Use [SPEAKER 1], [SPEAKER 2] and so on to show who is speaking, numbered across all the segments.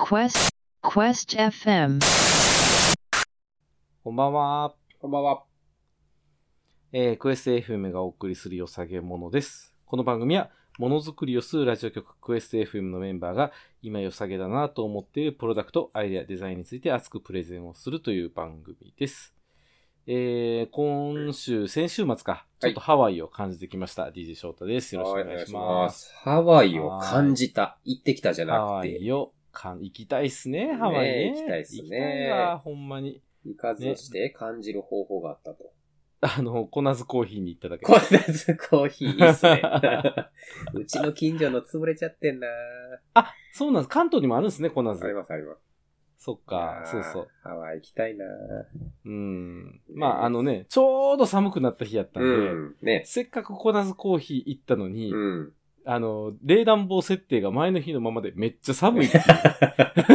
[SPEAKER 1] Quest Quest FM
[SPEAKER 2] こんばんは。
[SPEAKER 3] こんばんは。
[SPEAKER 2] えー、クエスト FM がお送りするよさげものです。この番組は、ものづくりをするラジオ局クエスト FM のメンバーが、今よさげだなと思っているプロダクト、アイデア、デザインについて熱くプレゼンをするという番組です。えー、今週、先週末か、ちょっとハワイを感じてきました。DJ 翔太です。よろしくお願いします。
[SPEAKER 3] す。ハワイを感じた。行ってきたじゃ
[SPEAKER 2] ハ
[SPEAKER 3] なく
[SPEAKER 2] ワ
[SPEAKER 3] て、
[SPEAKER 2] イをかん、行きたいっすね、ハワイね。
[SPEAKER 3] ね行きたいっすね
[SPEAKER 2] 行きたいわ、ほんまに。
[SPEAKER 3] 行かずして感じる方法があったと。
[SPEAKER 2] あの、コナズコーヒーに行っただけ
[SPEAKER 3] こたつコーヒーいいっす ね。うちの近所の潰れちゃってんな
[SPEAKER 2] あ、そうなんです。関東にもあるんですね、コナズ
[SPEAKER 3] あり。ますあります。
[SPEAKER 2] そっか、そうそう。
[SPEAKER 3] う。ハワイ行きたいな
[SPEAKER 2] うん。まあ、あのね、ちょうど寒くなった日やったんで、
[SPEAKER 3] うん。ね。
[SPEAKER 2] せっかくコナズコーヒー行ったのに、
[SPEAKER 3] うん。
[SPEAKER 2] あの、冷暖房設定が前の日のままでめっちゃ寒いっていう。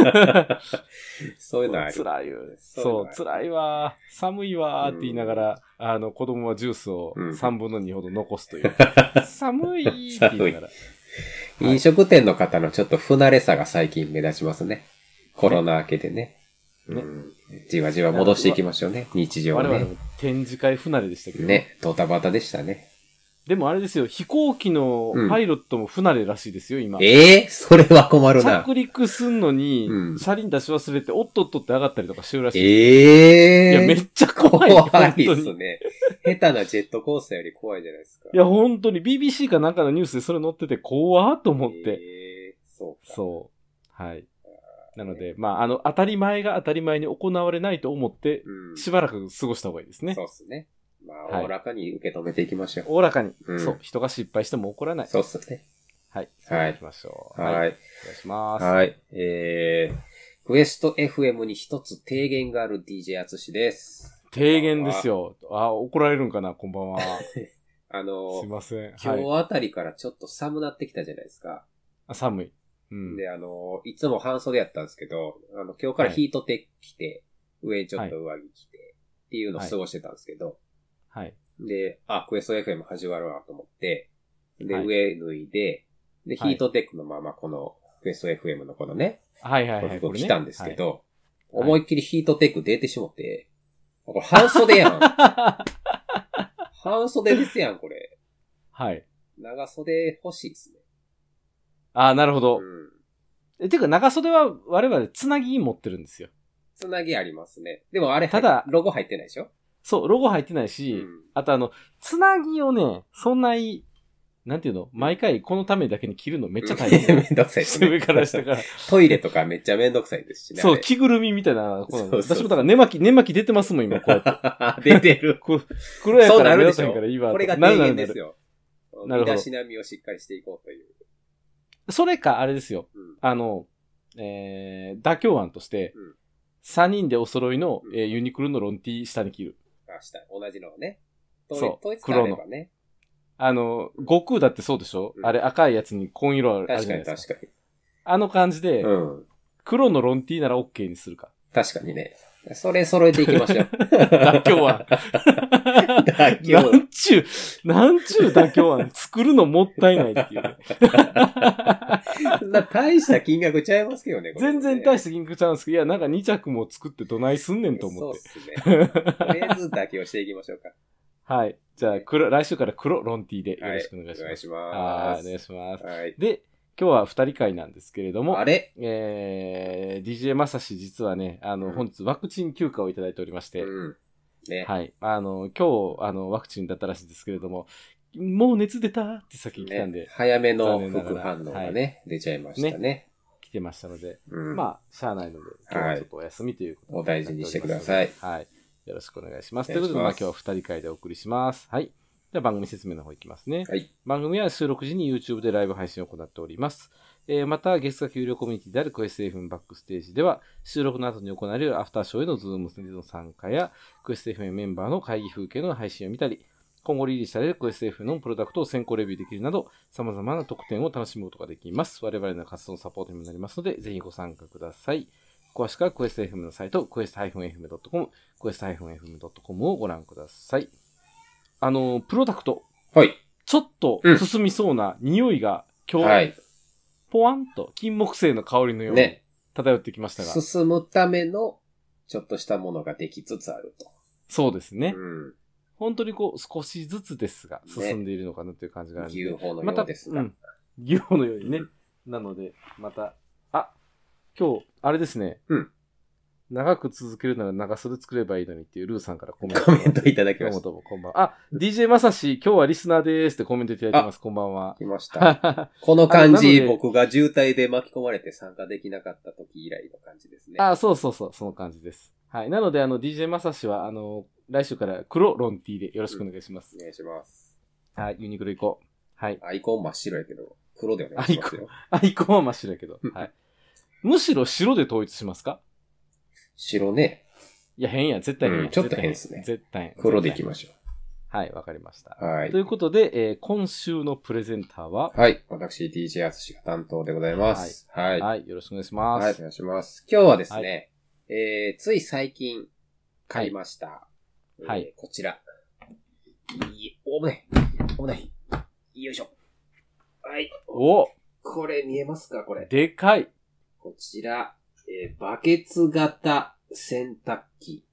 [SPEAKER 3] そういうのあ る。
[SPEAKER 2] 辛いよね。
[SPEAKER 3] そういう
[SPEAKER 2] そ
[SPEAKER 3] の
[SPEAKER 2] う、
[SPEAKER 3] ある
[SPEAKER 2] 辛いわー、寒いわーって言いながら、あの、子供はジュースを
[SPEAKER 3] うん
[SPEAKER 2] 3分の2ほど残すと いう。寒いーって言いながら。
[SPEAKER 3] 飲食店の方のちょっと不慣れさが最近目立ちますね。コロナ明けでね。
[SPEAKER 2] ね
[SPEAKER 3] うんじわじわ戻していきましょうね。日常は
[SPEAKER 2] 我々
[SPEAKER 3] ね。
[SPEAKER 2] も展示会不慣れでしたけど。
[SPEAKER 3] ね。ドタバタでしたね。
[SPEAKER 2] でもあれですよ、飛行機のパイロットも不慣れらしいですよ、今。
[SPEAKER 3] ええそれは困るな
[SPEAKER 2] 着。陸すんのに、
[SPEAKER 3] うん
[SPEAKER 2] 車輪出し忘れて、おっとっとって上がったりとかしてるらしいです。
[SPEAKER 3] ええ
[SPEAKER 2] いや、めっちゃ怖い。
[SPEAKER 3] 怖
[SPEAKER 2] 本
[SPEAKER 3] い
[SPEAKER 2] 当
[SPEAKER 3] っ
[SPEAKER 2] に
[SPEAKER 3] すね。下手なジェットコースターより怖いじゃないですか。
[SPEAKER 2] いや、本当に BBC かなんかのニュースでそれ載ってて、怖ーと思って。
[SPEAKER 3] ええそうか。
[SPEAKER 2] そう。はい。なので、まあ、あの、当たり前が当たり前に行われないと思って、
[SPEAKER 3] うん。
[SPEAKER 2] しばらく過ごした方がいいですね
[SPEAKER 3] そう。っすね。まあ、
[SPEAKER 2] はい
[SPEAKER 3] おおらかに受け止めていきましょう。
[SPEAKER 2] おおらかに、
[SPEAKER 3] うん
[SPEAKER 2] そう。人が失敗しても怒らない。
[SPEAKER 3] そうっすね。
[SPEAKER 2] はい。
[SPEAKER 3] はい
[SPEAKER 2] 行きましょう。
[SPEAKER 3] はい。
[SPEAKER 2] お願いします。
[SPEAKER 3] はい。えー、クエスト FM に一つ提言がある DJ 厚しです。
[SPEAKER 2] 提言ですよ。あ、怒られるんかな、こんばんは。す
[SPEAKER 3] あの
[SPEAKER 2] い、ません。
[SPEAKER 3] 今
[SPEAKER 2] はい
[SPEAKER 3] 日あたりからちょっと寒なってきたじゃないですか。
[SPEAKER 2] あ。寒い。うん。
[SPEAKER 3] で、あの、いつも半袖やったんですけど、あの、今日からヒートテック着て、上にちょっと上着着て、っていうのを過ごしてたんですけど、
[SPEAKER 2] はい。
[SPEAKER 3] で、あ、クエスト FM 始まるわと思って、で、
[SPEAKER 2] はい
[SPEAKER 3] 上脱いで、で、ヒ
[SPEAKER 2] はい
[SPEAKER 3] ートテックのままこの、クエスト FM のこのね、
[SPEAKER 2] はいはいはい。
[SPEAKER 3] 服
[SPEAKER 2] こ
[SPEAKER 3] を
[SPEAKER 2] れ
[SPEAKER 3] 着
[SPEAKER 2] ね
[SPEAKER 3] たんですけ。ど、
[SPEAKER 2] はい
[SPEAKER 3] 思いっきりヒートテック出てしもって、これ半袖やん 半袖ですやん、これ。
[SPEAKER 2] はい。はい
[SPEAKER 3] 長袖欲しいですね。
[SPEAKER 2] あーなるほど
[SPEAKER 3] う。ん。
[SPEAKER 2] え、てか、長袖は我々つなぎ持ってるんですよ。
[SPEAKER 3] つなぎありますね。でもあれ入っ、
[SPEAKER 2] ただ
[SPEAKER 3] ロゴ入ってないでしょ
[SPEAKER 2] そう、ロゴ入ってないうし、
[SPEAKER 3] ん。
[SPEAKER 2] あとあの、つなぎをね、そんなに、なんていうの毎回このためだけに着るのめっちゃ大
[SPEAKER 3] め
[SPEAKER 2] 変。
[SPEAKER 3] んどくさいですね。
[SPEAKER 2] 上から下から。
[SPEAKER 3] トイレとかめっちゃめんどくさいですしね。
[SPEAKER 2] そう、着ぐるみみたいなことなんで。
[SPEAKER 3] そうそうそう
[SPEAKER 2] 私もだから寝巻き、寝巻き出てますもん、今、こうやって。
[SPEAKER 3] あれ出てる。
[SPEAKER 2] こ黒や
[SPEAKER 3] そ
[SPEAKER 2] か
[SPEAKER 3] うな
[SPEAKER 2] ら目
[SPEAKER 3] るで
[SPEAKER 2] 立
[SPEAKER 3] したょ
[SPEAKER 2] んから今。
[SPEAKER 3] これが
[SPEAKER 2] な
[SPEAKER 3] 提
[SPEAKER 2] るなる
[SPEAKER 3] 言
[SPEAKER 2] な
[SPEAKER 3] で
[SPEAKER 2] る
[SPEAKER 3] すよ。
[SPEAKER 2] なるほど
[SPEAKER 3] 身だしなみをしっかりしていこうという。
[SPEAKER 2] それか、あれですよ。
[SPEAKER 3] うん
[SPEAKER 2] あの、えー、妥協案として
[SPEAKER 3] うん、
[SPEAKER 2] 3人でお揃いの、
[SPEAKER 3] うん
[SPEAKER 2] えーユニクロのロンティー下に着る。
[SPEAKER 3] あ、した。同じのをね。統
[SPEAKER 2] そう
[SPEAKER 3] 一統一感あればね。
[SPEAKER 2] あの、悟空だってそうでしょ、
[SPEAKER 3] うん
[SPEAKER 2] あれ赤いやつに紺色あるある
[SPEAKER 3] 確
[SPEAKER 2] じ
[SPEAKER 3] か
[SPEAKER 2] ゃない
[SPEAKER 3] に
[SPEAKER 2] です
[SPEAKER 3] 確
[SPEAKER 2] か。
[SPEAKER 3] か
[SPEAKER 2] あの感じで、
[SPEAKER 3] に。うん。
[SPEAKER 2] 黒のロンティーなら OK にするか。
[SPEAKER 3] 確かにね。それ揃えていきましょう。
[SPEAKER 2] 妥協案。
[SPEAKER 3] 妥協
[SPEAKER 2] なんちゅう、なんちゅう妥協案。作るのもったいないって いうね。
[SPEAKER 3] そんな大した金額ちゃいますけどね。
[SPEAKER 2] 全然大
[SPEAKER 3] し
[SPEAKER 2] して銀行ちゃうんですけど、いや、なんか2着も作ってどないすんねんと思っ
[SPEAKER 3] そう
[SPEAKER 2] て
[SPEAKER 3] っ。すね。とりあえず妥協していきましょうか。
[SPEAKER 2] はい。じゃあ、黒、来週から黒ロンティーでよ
[SPEAKER 3] は
[SPEAKER 2] ろ
[SPEAKER 3] い
[SPEAKER 2] しくお願いし
[SPEAKER 3] お
[SPEAKER 2] ま
[SPEAKER 3] 願い
[SPEAKER 2] す。
[SPEAKER 3] し
[SPEAKER 2] は
[SPEAKER 3] ま
[SPEAKER 2] い、お願い
[SPEAKER 3] す。
[SPEAKER 2] します。
[SPEAKER 3] はい。
[SPEAKER 2] で、今日は二人会なんですけれども
[SPEAKER 3] あ、れ
[SPEAKER 2] えー、DJ まさし実はね、あ
[SPEAKER 3] う
[SPEAKER 2] の、
[SPEAKER 3] ん
[SPEAKER 2] 本日ワクチン休暇をいただいておりまして、
[SPEAKER 3] うん。ね。
[SPEAKER 2] はい。あの、今日、あの、ワクチンだったらしいですけれども、もう熱出たって先来たん
[SPEAKER 3] ね
[SPEAKER 2] で、
[SPEAKER 3] 早めの
[SPEAKER 2] 残念なが
[SPEAKER 3] 副
[SPEAKER 2] ら
[SPEAKER 3] 反応がね、出ちゃいましたね。
[SPEAKER 2] 来てましたので、
[SPEAKER 3] うん
[SPEAKER 2] まあ、しゃあないので、今日はちょっとお休みということ
[SPEAKER 3] お大事にしてください。
[SPEAKER 2] はい。よろしくお願いします。
[SPEAKER 3] お
[SPEAKER 2] という
[SPEAKER 3] 願
[SPEAKER 2] こ
[SPEAKER 3] いします
[SPEAKER 2] とで、まあ今日は二人会でお送りします。はい。じゃあ番組説明の方いきますね。
[SPEAKER 3] はい。
[SPEAKER 2] 番組は収録時に YouTube でライブ配信を行っております。えーまた、月額有料コミュニティであるクエスト FM バックステージでは、収録の後に行われるアフターショーへのズームでの参加や、クエスト FM メンバーの会議風景の配信を見たり、今後リリースされるクエスト FM のプロダクトを先行レビューできるなど、様々な特典を楽しむことができます。我々の活動のサポートにもなりますので、ぜひご参加ください。詳しくはクエスト FM のサイト、クエスト -fm.com、クエスト -fm.com をご覧ください。あの、プロダクト、
[SPEAKER 3] はい。
[SPEAKER 2] ちょっと
[SPEAKER 3] うん
[SPEAKER 2] 進みそうな匂いが今日、
[SPEAKER 3] はい。
[SPEAKER 2] ポワンと金木犀の香りのように
[SPEAKER 3] ね。
[SPEAKER 2] 漂ってきましたが、
[SPEAKER 3] 進むための、ちょっとしたものができつつあると。
[SPEAKER 2] そうですね。
[SPEAKER 3] うん。
[SPEAKER 2] 本当にこう、少しずつですが、進んでいるのかなという感じがあるんで
[SPEAKER 3] 牛歩の
[SPEAKER 2] ま
[SPEAKER 3] よ
[SPEAKER 2] た、
[SPEAKER 3] うですが。
[SPEAKER 2] うん。牛歩のようにね。なので、また、あ、今日、あれですね。
[SPEAKER 3] うん
[SPEAKER 2] 長く続けるなら長袖作ればいいのにっていうルーさんからコメント。
[SPEAKER 3] コメントいただき
[SPEAKER 2] どう
[SPEAKER 3] ま
[SPEAKER 2] も
[SPEAKER 3] した。
[SPEAKER 2] どうも、こんばんは。あ、DJ まさし、今日はリスナーですってコメントいただいてます。こんばんは。
[SPEAKER 3] 来ました。この
[SPEAKER 2] あ
[SPEAKER 3] 感
[SPEAKER 2] なの
[SPEAKER 3] じ、
[SPEAKER 2] で
[SPEAKER 3] 僕が渋滞で巻き込まれて参加できなかった時以来の感じですね。
[SPEAKER 2] あ、そうそうそう、その感じです。はい。なので、あの、DJ まさしは、あの、来週から黒ロンティーでよろしくお願いします
[SPEAKER 3] お。願いします。
[SPEAKER 2] はい、ユニクロ行こう。はい。
[SPEAKER 3] アイコン真っ白やけど、黒でお願いしますよ。
[SPEAKER 2] アイコンは真っ白だけど。はい。むしろ白で統一しますか
[SPEAKER 3] 白ね、
[SPEAKER 2] いや、変や、絶対変や。
[SPEAKER 3] うんちょっと変っすね
[SPEAKER 2] 絶対変。
[SPEAKER 3] 黒でいきましょ
[SPEAKER 2] はい、わかりました。
[SPEAKER 3] う。はい
[SPEAKER 2] とい。うことで、えー今週のプレゼンターは、
[SPEAKER 3] はい。私、DJ アツシが担当でございます。はい。はい。
[SPEAKER 2] はい、よろしくお願いします。
[SPEAKER 3] お願いします。今日はですね、えー、つい最近買いました。
[SPEAKER 2] はい
[SPEAKER 3] えーこちら。いい危ない。危ない。よいしょ。はい。
[SPEAKER 2] お
[SPEAKER 3] これ見えますかこれ。
[SPEAKER 2] でかい
[SPEAKER 3] こちら、えーバケツ型洗濯機、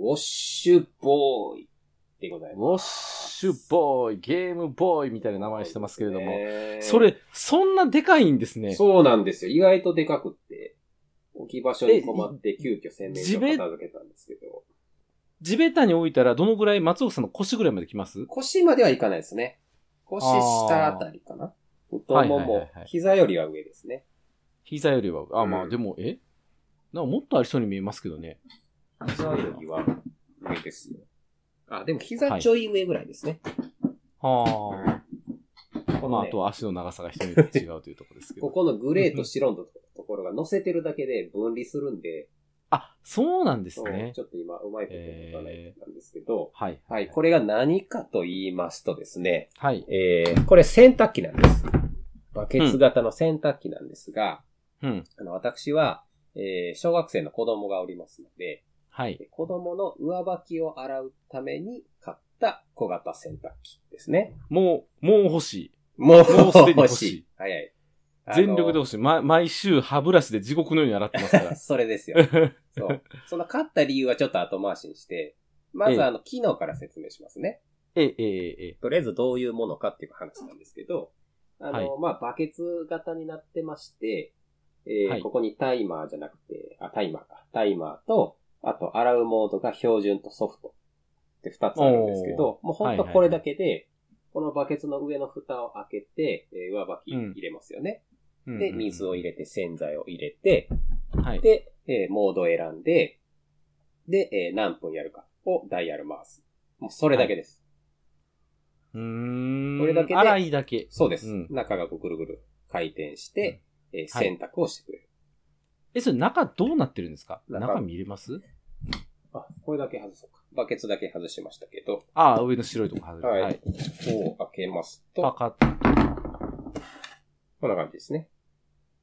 [SPEAKER 3] ウォッシュボーイでござい
[SPEAKER 2] ウ
[SPEAKER 3] ま
[SPEAKER 2] ォッシュボーイ、ゲームボーイみたいな名前してますけれども、
[SPEAKER 3] も
[SPEAKER 2] そ、れ、そんなでかいんですね。
[SPEAKER 3] そうなんですよ。意外とでかくって、置き場所に困って急遽洗面所片付けたんですけど、
[SPEAKER 2] 地べたに置いたら、どのぐらい松岡さんの腰ぐらいまで来ます
[SPEAKER 3] 腰まではいかないですね。腰下あたりかな。太も
[SPEAKER 2] はいはい
[SPEAKER 3] も
[SPEAKER 2] はいは、い
[SPEAKER 3] 膝よりは上ですね。
[SPEAKER 2] 膝よりは、あ、ま
[SPEAKER 3] う
[SPEAKER 2] あ
[SPEAKER 3] ん
[SPEAKER 2] でも、えなんかもっとありそうに見えますけどね。
[SPEAKER 3] 膝よりは上ですよ。あ、でも膝ちょい上ぐらいですね。
[SPEAKER 2] は
[SPEAKER 3] うん
[SPEAKER 2] あ。ま
[SPEAKER 3] この
[SPEAKER 2] あ、あ
[SPEAKER 3] ね
[SPEAKER 2] とは足の長さが人によって違うというところですけ
[SPEAKER 3] こ
[SPEAKER 2] ど。
[SPEAKER 3] このグレーと白のところが乗せてるだけで分離するんで、
[SPEAKER 2] あ、そうなんです
[SPEAKER 3] うん
[SPEAKER 2] ね。
[SPEAKER 3] ちょっと今うまいこと言わないんですけど、
[SPEAKER 2] はい。
[SPEAKER 3] はい、これが何かと言いますとですね、
[SPEAKER 2] はい。
[SPEAKER 3] えー、これ洗濯機なんです。バケツ型の洗濯機なんですが、
[SPEAKER 2] うん。
[SPEAKER 3] あの私は、えー、小学生の子供がおりますので、
[SPEAKER 2] はい。
[SPEAKER 3] 子供の上履きを洗うために買った小型洗濯機ですね。
[SPEAKER 2] もう、もう欲しい。
[SPEAKER 3] もう
[SPEAKER 2] もうすでに欲
[SPEAKER 3] 欲
[SPEAKER 2] しい
[SPEAKER 3] しい。はいはい。
[SPEAKER 2] 全力で
[SPEAKER 3] あの
[SPEAKER 2] 欲しい。ま、毎週歯ブラシで地獄のように洗ってます か
[SPEAKER 3] それですよ。
[SPEAKER 2] ら。
[SPEAKER 3] そう。その勝った理由はちょっと後回しにして、ま
[SPEAKER 2] ええ
[SPEAKER 3] ずあの、機能から説明しますね。
[SPEAKER 2] え、え、え、え。
[SPEAKER 3] とりあえずどういうものかっていう話なんですけど、あの、
[SPEAKER 2] はい
[SPEAKER 3] まあ、バケツ型になってまして、えー
[SPEAKER 2] はい
[SPEAKER 3] ここにタイマーじゃなくて、あ、タイマーか。タイマーと、あと、洗うモードが標準とソフトって二つあるんですけど、もうほんとこれだけで、このバケツの上の蓋を開けて、えー上履き入れますよね。
[SPEAKER 2] うん
[SPEAKER 3] で、水を入れて、洗剤を入れて、
[SPEAKER 2] はい。
[SPEAKER 3] で、えーモードを選んで、で、えー何分やるかをダイヤル回す。もうそれだけです。
[SPEAKER 2] うーん。
[SPEAKER 3] これだけで
[SPEAKER 2] 洗いだけ。
[SPEAKER 3] そうです。
[SPEAKER 2] うん
[SPEAKER 3] 中がこうぐるぐる回転して、えー
[SPEAKER 2] はい
[SPEAKER 3] 選択をしてくれる。
[SPEAKER 2] え、それ中どうなってるんですか
[SPEAKER 3] 中
[SPEAKER 2] 中見れます
[SPEAKER 3] あ、これだけ外そうか。バケツだけ外しましたけど、
[SPEAKER 2] ああ、上の白いとこ外れて。
[SPEAKER 3] はい
[SPEAKER 2] はい。
[SPEAKER 3] こう開けます
[SPEAKER 2] パ
[SPEAKER 3] と、
[SPEAKER 2] カッ。
[SPEAKER 3] こんな感じですね。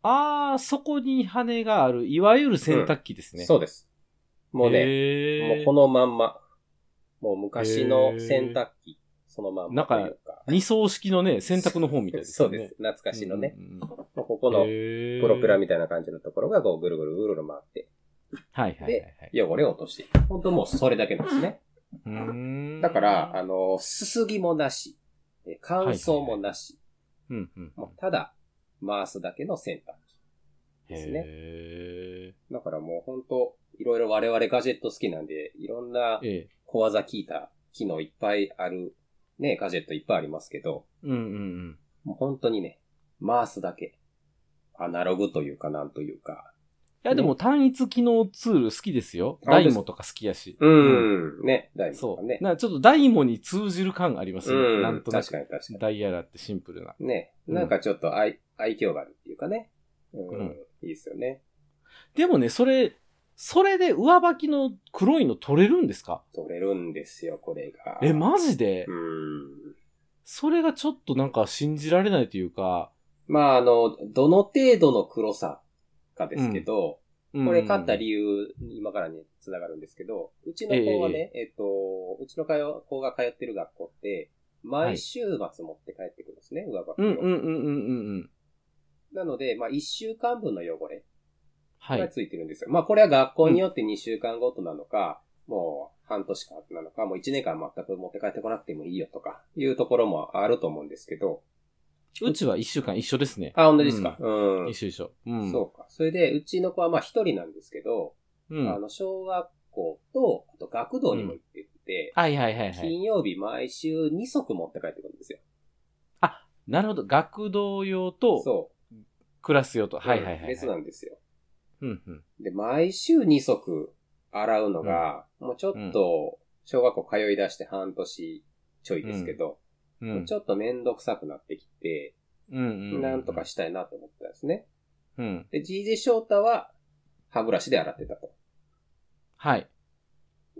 [SPEAKER 2] ああ、そこに羽がある、いわゆる洗濯機ですね。
[SPEAKER 3] そうです。もうね、も
[SPEAKER 2] ね
[SPEAKER 3] うこのまんま、もう昔の洗濯機、そのまんまというか、
[SPEAKER 2] 二層式のね、洗濯の方みたいです
[SPEAKER 3] そ
[SPEAKER 2] よ
[SPEAKER 3] う
[SPEAKER 2] ね。
[SPEAKER 3] です。懐かしのね、
[SPEAKER 2] うんうんうん。
[SPEAKER 3] もうここ
[SPEAKER 2] へ
[SPEAKER 3] の
[SPEAKER 2] ー
[SPEAKER 3] プロペラみたいな感じのところがこうぐるぐるぐるぐる回って、
[SPEAKER 2] はいはいはいはい。
[SPEAKER 3] 汚れを落としていく。本当もうそれだけなんですね。
[SPEAKER 2] うーん
[SPEAKER 3] だから、あ、の、すすぎもなし、えー乾燥もなし、
[SPEAKER 2] うんうんうん。
[SPEAKER 3] もうただ、回すだけの洗濯機ですね。
[SPEAKER 2] へ
[SPEAKER 3] だからもう本当いろいろ我々ガジェット好きなんで、いろんな
[SPEAKER 2] ーええ。
[SPEAKER 3] 小技聞いた機能いっぱいある、ね、ガジェットいっぱいありますけど、
[SPEAKER 2] うんうんうん。
[SPEAKER 3] もう本当にね、回すだけ。アナログというかなんというか。
[SPEAKER 2] いや、でも単一機能ツール好きですよ。ダ
[SPEAKER 3] あ本
[SPEAKER 2] イ
[SPEAKER 3] 当です
[SPEAKER 2] モ
[SPEAKER 3] か
[SPEAKER 2] とか好きやし。ん。
[SPEAKER 3] うん。ね、だいぶ
[SPEAKER 2] そう。
[SPEAKER 3] ね。
[SPEAKER 2] なんかちょっとダイモに通じる感あります
[SPEAKER 3] う
[SPEAKER 2] ね。
[SPEAKER 3] ん。
[SPEAKER 2] なんとな
[SPEAKER 3] 確か
[SPEAKER 2] く。
[SPEAKER 3] に確かに。
[SPEAKER 2] ダイヤラってシンプルな。
[SPEAKER 3] ね、
[SPEAKER 2] うん
[SPEAKER 3] なんかちょっと愛、愛嬌があるっていうかね。うん。
[SPEAKER 2] うん
[SPEAKER 3] いいですよね。
[SPEAKER 2] でもね、それ、それで上履きの黒いの取れるんですか
[SPEAKER 3] 取れるんですよ、これが。
[SPEAKER 2] え、マジで
[SPEAKER 3] うん。
[SPEAKER 2] それがちょっとなんか信じられないというか。
[SPEAKER 3] まあ、あの、どの程度の黒さかですけど、
[SPEAKER 2] こ
[SPEAKER 3] これ買った理由、今からに繋がるんですけど、うちの子はね、えっと、うちの通う子が通ってる学校って、毎週末持って帰ってくるんですね、上履きを。
[SPEAKER 2] うんうんうんうんうんうん。
[SPEAKER 3] なので、まあ、一週間分の汚れ
[SPEAKER 2] はい
[SPEAKER 3] が。ついてるんですよ。まあこれは学校によって2週間ごとなのか、もう半年間なのか、もう1年間全く持って帰ってこなくてもいいよとか、いうところもあると思うんですけど。
[SPEAKER 2] うちは一週間一緒ですね。
[SPEAKER 3] あ、同じですか。うん。
[SPEAKER 2] 一緒一緒。うん。
[SPEAKER 3] そうか。それで、うちの子はまあ一人なんですけど、
[SPEAKER 2] う。うん。
[SPEAKER 3] あの、小学校と、あと学童にも行ってて、
[SPEAKER 2] はいはいはいはい。
[SPEAKER 3] 金曜日毎週2足持って帰ってくるんですよ。
[SPEAKER 2] なるほど。学童用と、
[SPEAKER 3] そ
[SPEAKER 2] クラス用と。
[SPEAKER 3] う。
[SPEAKER 2] はいはいはいはい。
[SPEAKER 3] 別なんですよ。
[SPEAKER 2] うんうん。
[SPEAKER 3] で、毎週2足洗うのが、もうちょっと、小学校通い出して半年ちょいですけど、
[SPEAKER 2] う
[SPEAKER 3] も
[SPEAKER 2] ん
[SPEAKER 3] うちょっとめんどくさくなってきて、
[SPEAKER 2] うんうん。
[SPEAKER 3] なんとかしたいなと思ってたんですね。
[SPEAKER 2] うん。
[SPEAKER 3] で、ジージー翔太は歯ブラシで洗ってたと。
[SPEAKER 2] はい。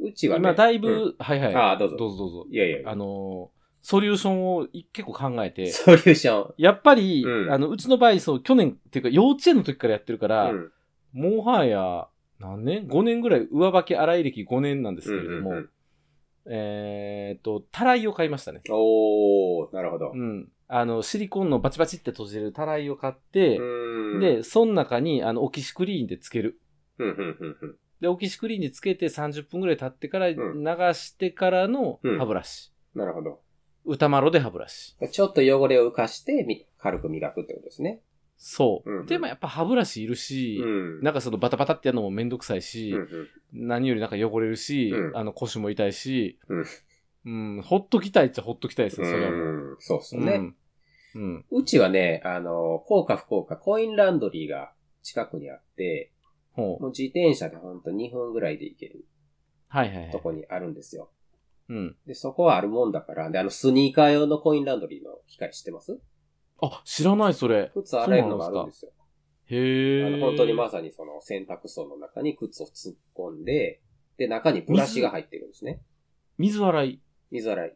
[SPEAKER 3] うちはね。
[SPEAKER 2] 今だいうぶ、はいはい。
[SPEAKER 3] ああどうぞ
[SPEAKER 2] どうぞどうぞ
[SPEAKER 3] ん。いやいやいや
[SPEAKER 2] あのー、ソリューションをい結構考えて、
[SPEAKER 3] ソリューション。
[SPEAKER 2] やっぱり、
[SPEAKER 3] うん
[SPEAKER 2] あの、うちの場合、そう、去年っていうか、幼稚園の時からやってるから、
[SPEAKER 3] うん
[SPEAKER 2] もはや、何年 ?5 年ぐらい、上履き洗い歴5年なんですけれども、
[SPEAKER 3] うんうんうん
[SPEAKER 2] えーっと、たらいを買いましたね。
[SPEAKER 3] おー、なるほど
[SPEAKER 2] う。ん。あの、シリコンのバチバチって閉じれるたらいを買って、
[SPEAKER 3] うん
[SPEAKER 2] で、、その中に、あの、オキシクリーンでつける。
[SPEAKER 3] うん、うん、うん、うん。
[SPEAKER 2] で、オキシクリーンにつけて30分ぐらい経ってから、流
[SPEAKER 3] ん
[SPEAKER 2] してからの
[SPEAKER 3] うん
[SPEAKER 2] 歯ブラシ。
[SPEAKER 3] なるほど。
[SPEAKER 2] 歌まろで歯ブラシ。
[SPEAKER 3] ちょっと汚れを浮かして、み軽く磨くってことですね。
[SPEAKER 2] そう。
[SPEAKER 3] うん
[SPEAKER 2] で、まあやっぱ歯ブラシいるし、
[SPEAKER 3] うん。
[SPEAKER 2] なんかそのバタバタってやるのもめんどくさいし、
[SPEAKER 3] うんうん
[SPEAKER 2] 何よりなんか汚れるし、
[SPEAKER 3] うん
[SPEAKER 2] あの腰も痛いし、うん、ほっときたいっちゃほっときたいですね、それはもう。
[SPEAKER 3] うんそうっすね。
[SPEAKER 2] うん。うん。
[SPEAKER 3] うちはね、あの、効果不効果、コインランドリーが近くにあって、
[SPEAKER 2] ほう。
[SPEAKER 3] もう自転車でほんと2分ぐらいで行ける
[SPEAKER 2] はいはいはい。
[SPEAKER 3] とこにあるんですよ。
[SPEAKER 2] うん。
[SPEAKER 3] で、そこはあるもんだから、で、あの、スニーカー用のコインランドリーの機械知ってます
[SPEAKER 2] あ、知らない、それ。
[SPEAKER 3] 靴洗えるのがあるんですよ。
[SPEAKER 2] へえ。
[SPEAKER 3] あの、本当にまさにその洗濯槽の中に靴を突っ込んで、で、中にブラシが入ってるんですね。
[SPEAKER 2] 水洗い。
[SPEAKER 3] 水洗い。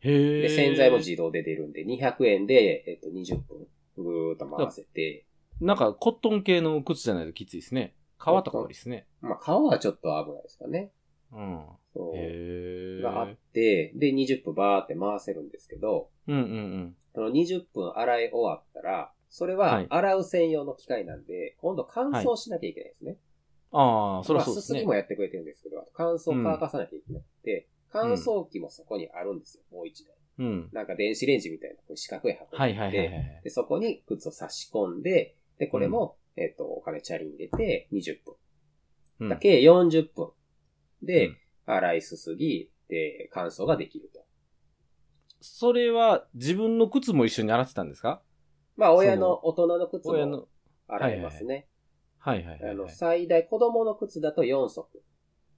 [SPEAKER 2] へえ。
[SPEAKER 3] で、洗剤も自動で出るんで、200円で、えっと、20分、ぐーっと回せて、
[SPEAKER 2] なんか、コットン系の靴じゃないときついですね。革とかよりですね。
[SPEAKER 3] まあ、顔はちょっと危ないですかね。
[SPEAKER 2] うん。
[SPEAKER 3] そう
[SPEAKER 2] へえ。
[SPEAKER 3] があって、で、20分バーって回せるんですけど、
[SPEAKER 2] うんうんうん。
[SPEAKER 3] その20分洗い終わったら、それ
[SPEAKER 2] は
[SPEAKER 3] はい洗う専用の機械なんで、今度乾燥しなきゃいけないですね。
[SPEAKER 2] ああ、そり
[SPEAKER 3] ま
[SPEAKER 2] ゃ
[SPEAKER 3] あ、
[SPEAKER 2] そう
[SPEAKER 3] す
[SPEAKER 2] です
[SPEAKER 3] す
[SPEAKER 2] ね
[SPEAKER 3] ぎ。もやってくれてるんですけど、乾燥乾かさなきゃいけなくて、乾燥機もそこにあるんですよ、もう一台。
[SPEAKER 2] うん。
[SPEAKER 3] なんか電子レンジみたいなこう四角い箱に
[SPEAKER 2] はい
[SPEAKER 3] 入
[SPEAKER 2] は
[SPEAKER 3] っ
[SPEAKER 2] いはいは
[SPEAKER 3] て、
[SPEAKER 2] い。
[SPEAKER 3] で、そこに靴を差し込んで、で、これも、えっと、お金チャリに入れて20分。
[SPEAKER 2] うん
[SPEAKER 3] だけ40分で、
[SPEAKER 2] うん
[SPEAKER 3] 洗いすすぎ、で、乾燥ができると。
[SPEAKER 2] それは、自分の靴も一緒に洗ってたんですか
[SPEAKER 3] まあ、
[SPEAKER 2] その
[SPEAKER 3] 親の、大人の靴
[SPEAKER 2] 親
[SPEAKER 3] も
[SPEAKER 2] の。
[SPEAKER 3] 洗えますね。
[SPEAKER 2] はいはいは
[SPEAKER 3] あ
[SPEAKER 2] いは
[SPEAKER 3] の、
[SPEAKER 2] い。
[SPEAKER 3] 最大、子供の靴だと4足。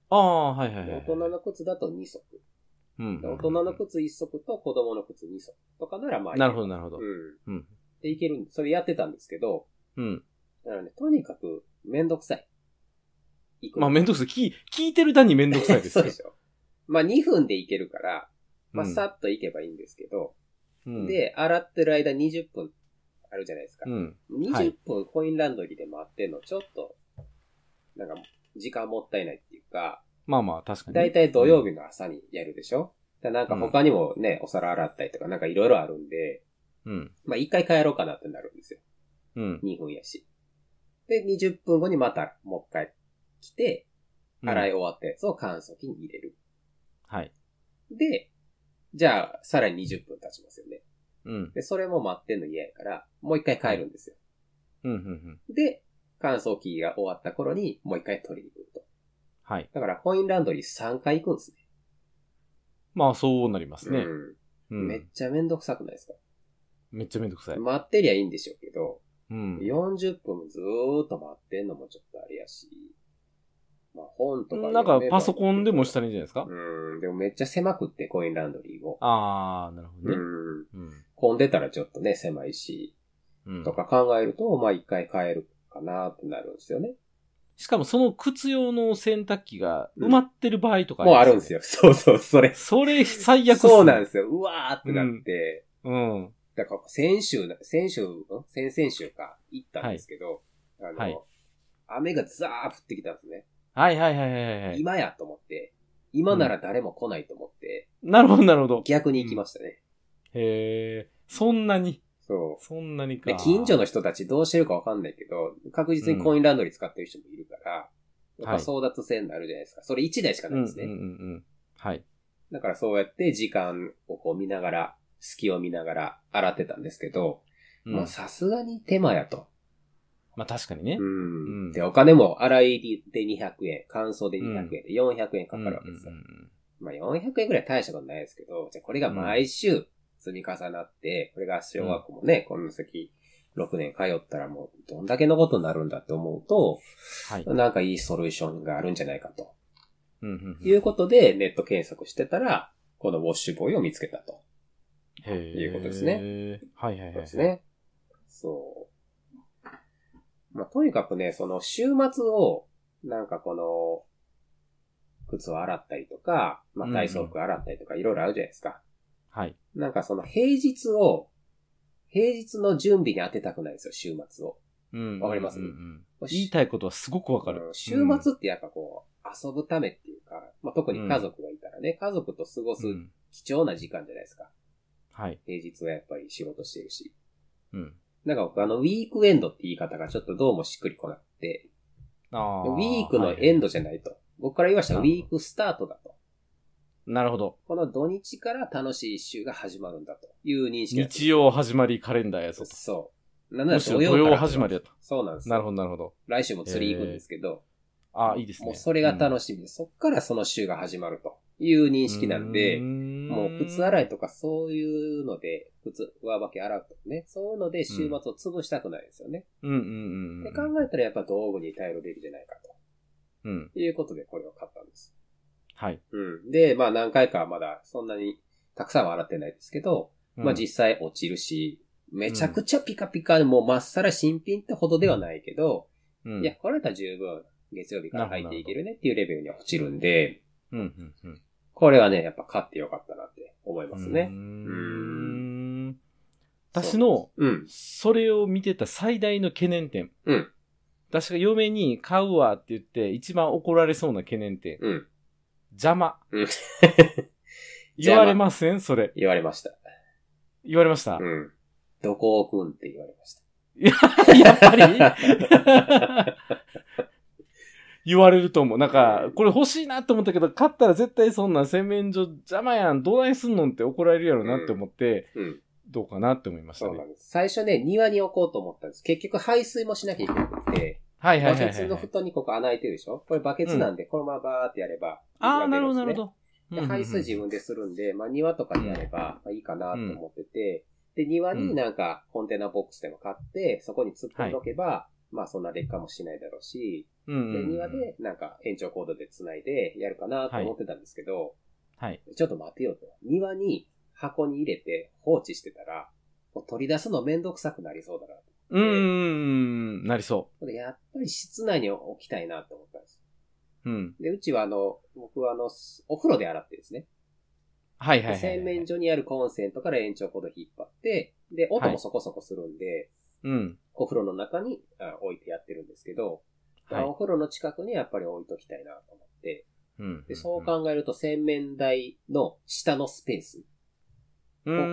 [SPEAKER 2] ああ、はいはいはい。
[SPEAKER 3] 大人の靴だと2足。
[SPEAKER 2] うん、
[SPEAKER 3] で大人の靴1足と子供の靴2足とかならまあいい。
[SPEAKER 2] なるほど、なるほど
[SPEAKER 3] う。ん。
[SPEAKER 2] うん。
[SPEAKER 3] で、いけるんそれやってたんですけど、
[SPEAKER 2] うん。
[SPEAKER 3] だからね、とにかく、めんどくさい。行く
[SPEAKER 2] まあ、めんどくさい。聞い、聞いてる段にめんどくさいです
[SPEAKER 3] そう
[SPEAKER 2] よ
[SPEAKER 3] でしょ。まあ、2分で行けるから、まあ、
[SPEAKER 2] うん
[SPEAKER 3] さっと行けばいいんですけど、
[SPEAKER 2] うん、
[SPEAKER 3] で、洗ってる間20分あるじゃないですか
[SPEAKER 2] う。ん。はい
[SPEAKER 3] 20分コインランドリーで待ってんの、ちょっと、なんか、時間もったいないっていうか、
[SPEAKER 2] まあまあ、確かに。
[SPEAKER 3] だいたい土曜日の朝にやるでしょだからなんか他にもね、お皿洗ったりとかなんかいろいろあるんで、
[SPEAKER 2] うん。
[SPEAKER 3] まあ一回帰ろうかなってなるんですよ。
[SPEAKER 2] うん。
[SPEAKER 3] 2分やし。で、20分後にまたもう一回来て、洗い
[SPEAKER 2] を。
[SPEAKER 3] 終わったやつを乾燥機に入れる。
[SPEAKER 2] はい。
[SPEAKER 3] で、じゃあさらに20分経ちますよね。
[SPEAKER 2] うん。
[SPEAKER 3] で、それも待ってんの嫌やから、もう一回帰るんですよ。
[SPEAKER 2] うん、うん、うん。
[SPEAKER 3] で、乾燥機が終わった頃にもう一回取りに来ると。
[SPEAKER 2] はい。
[SPEAKER 3] だからコインランドリー3回行くんですね。
[SPEAKER 2] まあ、そうなりますね。う。
[SPEAKER 3] うんん。めっちゃめんどくさくないですか、
[SPEAKER 2] めっちゃめんどくさい。
[SPEAKER 3] 待ってりゃいいんでしょうけど、
[SPEAKER 2] うん。
[SPEAKER 3] 40分ずーっと待ってんのもちょっとあれやし、まあ本とか
[SPEAKER 2] なんか、パソコンでもした
[SPEAKER 3] ら
[SPEAKER 2] らいいんじゃないですか
[SPEAKER 3] うん、でもめっちゃ狭くってコインランドリーも。
[SPEAKER 2] ああ、なるほど
[SPEAKER 3] う
[SPEAKER 2] ね。
[SPEAKER 3] ん。
[SPEAKER 2] うん。
[SPEAKER 3] 混んでたらちょっとね、狭いし、
[SPEAKER 2] うん
[SPEAKER 3] と。か考えると、まあ一回帰るかなってなるんですよね。
[SPEAKER 2] しかも、その靴用の洗濯機が埋まってる場合とか
[SPEAKER 3] もうあるんです
[SPEAKER 2] よ。
[SPEAKER 3] よ。 そうそう、それ。
[SPEAKER 2] それ、最悪っすね
[SPEAKER 3] そうなんですよ。うわーってなって、
[SPEAKER 2] うん。
[SPEAKER 3] だから先週な、先週、ん先々週か、行ったんですけど、あの、
[SPEAKER 2] はい
[SPEAKER 3] 雨がザー降ってきたんですね。
[SPEAKER 2] はいはいはいはいはい。
[SPEAKER 3] 今やと思って、今なら誰も 来ないと思って、
[SPEAKER 2] なるほど、なるほど。
[SPEAKER 3] 逆に行きましたね。
[SPEAKER 2] へえ、そんなに。
[SPEAKER 3] そ
[SPEAKER 2] そんなに
[SPEAKER 3] う。で
[SPEAKER 2] か。
[SPEAKER 3] 近所の人たちどうしてるかわかんないけど、確実にコインランドリー使ってる人もいるから、
[SPEAKER 2] ん
[SPEAKER 3] やっぱ争奪戦になるじゃないですか。それ1台しかないんですね。
[SPEAKER 2] うんうんうんうん。はい。
[SPEAKER 3] だからそうやって時間をこう見ながら、隙を見ながら洗ってたんですけど、
[SPEAKER 2] うん
[SPEAKER 3] まあさすがに手間やと。
[SPEAKER 2] まあ確かにね
[SPEAKER 3] う。
[SPEAKER 2] うん
[SPEAKER 3] ん。で、お金も洗いで200円、乾燥で200円で400円かかるわけですよ
[SPEAKER 2] うんうんうん
[SPEAKER 3] まあ400円くらい大したことないですけど、じゃあこれが毎週積み重なって、これが小学校もね、この先6年通ったらもうどんだけのことになるんだって思うと、
[SPEAKER 2] はい。
[SPEAKER 3] なんかいいソリューションがあるんじゃないかと。
[SPEAKER 2] うんうんうん
[SPEAKER 3] いうことで、ネット検索してたら、このウォッシュボーイを見つけたと。
[SPEAKER 2] へー
[SPEAKER 3] いうことですね。
[SPEAKER 2] はいはいはい。
[SPEAKER 3] そうです。ね。そう。まあ、とにかくね、その週末を、なんかこの、靴を洗ったりとか、まあ、体操服洗ったりとか、いろいろあるじゃないですか。
[SPEAKER 2] はい。
[SPEAKER 3] なんかその平日を、平日の準備に当てたくないんですよ、週末を。
[SPEAKER 2] うん。
[SPEAKER 3] わかります
[SPEAKER 2] うんうん言いたいことはすごくわかる
[SPEAKER 3] う。ん週末ってやっぱこう、遊ぶためっていうか、まあ、特に家族がいたらね、家族と過ごす
[SPEAKER 2] うん
[SPEAKER 3] 貴重な時間じゃないですか。
[SPEAKER 2] はい。
[SPEAKER 3] 平日はやっぱり仕事してるし。
[SPEAKER 2] うん。
[SPEAKER 3] なんか僕あの、ウィークエンドって言い方がちょっとどうもしっくりこなくて、
[SPEAKER 2] あ
[SPEAKER 3] ウィークのエン
[SPEAKER 2] ド。
[SPEAKER 3] ドじゃないと。僕から言わしたら
[SPEAKER 2] な
[SPEAKER 3] ウ
[SPEAKER 2] るほど
[SPEAKER 3] ィークスタートだと。
[SPEAKER 2] なるほど。
[SPEAKER 3] この土日から楽しい一週が始まるんだという認識なんです
[SPEAKER 2] 日曜始まりカレンダーやぞと。
[SPEAKER 3] そう。なんなら
[SPEAKER 2] むしろ
[SPEAKER 3] 土曜から
[SPEAKER 2] 土曜始まりだと
[SPEAKER 3] そうなんですよ
[SPEAKER 2] なるほど、なるほど。
[SPEAKER 3] 来週も釣り行くんですけど、
[SPEAKER 2] あいいですね。
[SPEAKER 3] もうそれが楽しみで、そっからその週が始まるという認識なんで、も
[SPEAKER 2] も
[SPEAKER 3] う靴洗いとかそういうので、靴、上履き洗うとかね、そういうので週末を潰したくないですよね。
[SPEAKER 2] うんうんうん
[SPEAKER 3] で考えたらやっぱ道具に頼るべきじゃないか
[SPEAKER 2] うん。うん。
[SPEAKER 3] ということでこれを買ったんです。
[SPEAKER 2] はい。
[SPEAKER 3] うん。で、まあ何回かはまだそんなにたくさんは洗ってないですけど、まあ実際落ちるし、めちゃくちゃピカピカでもうまっさら新品ってほどではないけど、
[SPEAKER 2] うん。
[SPEAKER 3] いや、これだったら十分月曜日から入っていけるねっていうレベルには落ちるんで、
[SPEAKER 2] うんうんうん。
[SPEAKER 3] これはね、やっぱ買ってよかったなって思います
[SPEAKER 2] うー
[SPEAKER 3] ね。
[SPEAKER 2] ん。私の、
[SPEAKER 3] うん。
[SPEAKER 2] それを見てた最大の懸念点。
[SPEAKER 3] うん。
[SPEAKER 2] 私が嫁に買うわって言って、一番怒られそうな懸念点。
[SPEAKER 3] うん。
[SPEAKER 2] 邪魔。
[SPEAKER 3] うん
[SPEAKER 2] 言われませんそれ。
[SPEAKER 3] 言われました。
[SPEAKER 2] 言われました。
[SPEAKER 3] うん。どこ置くんって言われました。
[SPEAKER 2] やっぱり 言われると思う。なんか、これ欲しいなと思ったけど、買ったら絶対そんなん洗面所邪魔やん、どないすんのんって怒られるやろなって思って、
[SPEAKER 3] うん。
[SPEAKER 2] どうかなって思いました
[SPEAKER 3] そう
[SPEAKER 2] ね
[SPEAKER 3] な。んです。最初ね、庭に置こうと思ったんです。結局排水もしなきゃいけなくて、
[SPEAKER 2] はいはい
[SPEAKER 3] バ
[SPEAKER 2] はい、
[SPEAKER 3] ケ
[SPEAKER 2] は
[SPEAKER 3] ツの
[SPEAKER 2] い。
[SPEAKER 3] 蓋にここ穴開いてるでしょこれバケツなんで、このままバーってやれば、
[SPEAKER 2] ああ、
[SPEAKER 3] 水
[SPEAKER 2] な
[SPEAKER 3] が
[SPEAKER 2] る
[SPEAKER 3] 出
[SPEAKER 2] ほ
[SPEAKER 3] ん
[SPEAKER 2] どな
[SPEAKER 3] で
[SPEAKER 2] る
[SPEAKER 3] すね
[SPEAKER 2] ほど。
[SPEAKER 3] で排水自
[SPEAKER 2] 分。
[SPEAKER 3] 分でするんで、まあ庭とかにやれば、まあいいかなと思ってて、で、庭になんかコンテナボックスでも買って、そこに突っ込んどけば、まあそんな劣化もしないだろうし、
[SPEAKER 2] うん
[SPEAKER 3] で、
[SPEAKER 2] うんうん
[SPEAKER 3] 庭でなんか延長コードで繋いでやるかなと思ってたんですけど、
[SPEAKER 2] はい。
[SPEAKER 3] ちょっと待てよと。庭に箱に入れて放置してたら、もう取り出すのめんどくさくなりそうだなと。
[SPEAKER 2] うんうんうん、なりそ
[SPEAKER 3] これやっぱり室内に置きたいなと思ったんです。
[SPEAKER 2] う。うん。
[SPEAKER 3] で、うちはあの、僕はあの、すお風呂で洗ってですね。
[SPEAKER 2] はいはい
[SPEAKER 3] で
[SPEAKER 2] はい。
[SPEAKER 3] 洗面所にあるコンセントから延長コード引っ張って、で、音もそこそこするんで、
[SPEAKER 2] うん。
[SPEAKER 3] お風呂の中にあ置いてやってるんですけど、
[SPEAKER 2] はい
[SPEAKER 3] お。風呂の近くにやっぱり置いときたいなと思って、
[SPEAKER 2] うんうん
[SPEAKER 3] で、そう考えると洗面台の下のスペース、
[SPEAKER 2] こ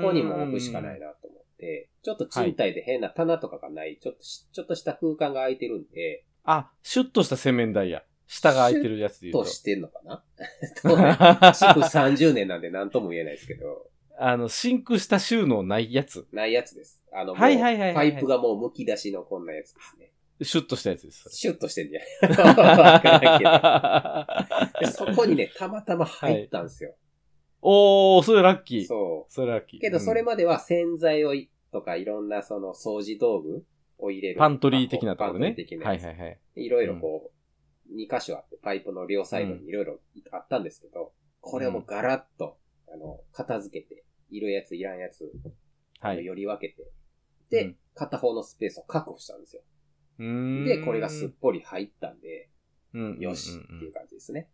[SPEAKER 3] ここにも置くしかない。なと思って、ちょっと賃貸で変な棚とかがない、ちょっとし、ちょっとした空間が空いてるんで、
[SPEAKER 2] あ、シュッとした洗面台や。下が空いてるやつで言う
[SPEAKER 3] と
[SPEAKER 2] と。
[SPEAKER 3] してんのかな ど うね築30年なんで何とも言えないですけど。
[SPEAKER 2] あの、シンクした収納ないやつ。
[SPEAKER 3] ないやつです。あの、もう
[SPEAKER 2] はいはいはいはいは
[SPEAKER 3] パ
[SPEAKER 2] い
[SPEAKER 3] イプがもう剥き出しのこんなやつですね。
[SPEAKER 2] シュッとしたやつです。
[SPEAKER 3] シュッとしてんじゃん。 わからんけど でそこにね、たまたま入ったんですよ。
[SPEAKER 2] おー、それラッキー。
[SPEAKER 3] そ
[SPEAKER 2] それラッキー。
[SPEAKER 3] う。けど、それまでは洗剤をい、とか、いろんなその掃除道具を入れ
[SPEAKER 2] うん
[SPEAKER 3] る。
[SPEAKER 2] パントリー的なところ
[SPEAKER 3] パン
[SPEAKER 2] ね
[SPEAKER 3] トリー的。な
[SPEAKER 2] は
[SPEAKER 3] や
[SPEAKER 2] い
[SPEAKER 3] つ。
[SPEAKER 2] はいいはい。
[SPEAKER 3] ろいろこう、2箇所あって、パイプの両サイド
[SPEAKER 2] う
[SPEAKER 3] にいろいろあったんですけど、これをもうガラッと、あの、片付けて、いるやつ、いらんやつ、
[SPEAKER 2] は
[SPEAKER 3] よ
[SPEAKER 2] い。
[SPEAKER 3] り分けて、
[SPEAKER 2] う
[SPEAKER 3] で
[SPEAKER 2] ん、
[SPEAKER 3] 片方のスペースを確保したんですよ。
[SPEAKER 2] うーん
[SPEAKER 3] で、これがすっぽり入ったんで、
[SPEAKER 2] うん
[SPEAKER 3] よしっていううん感じですね。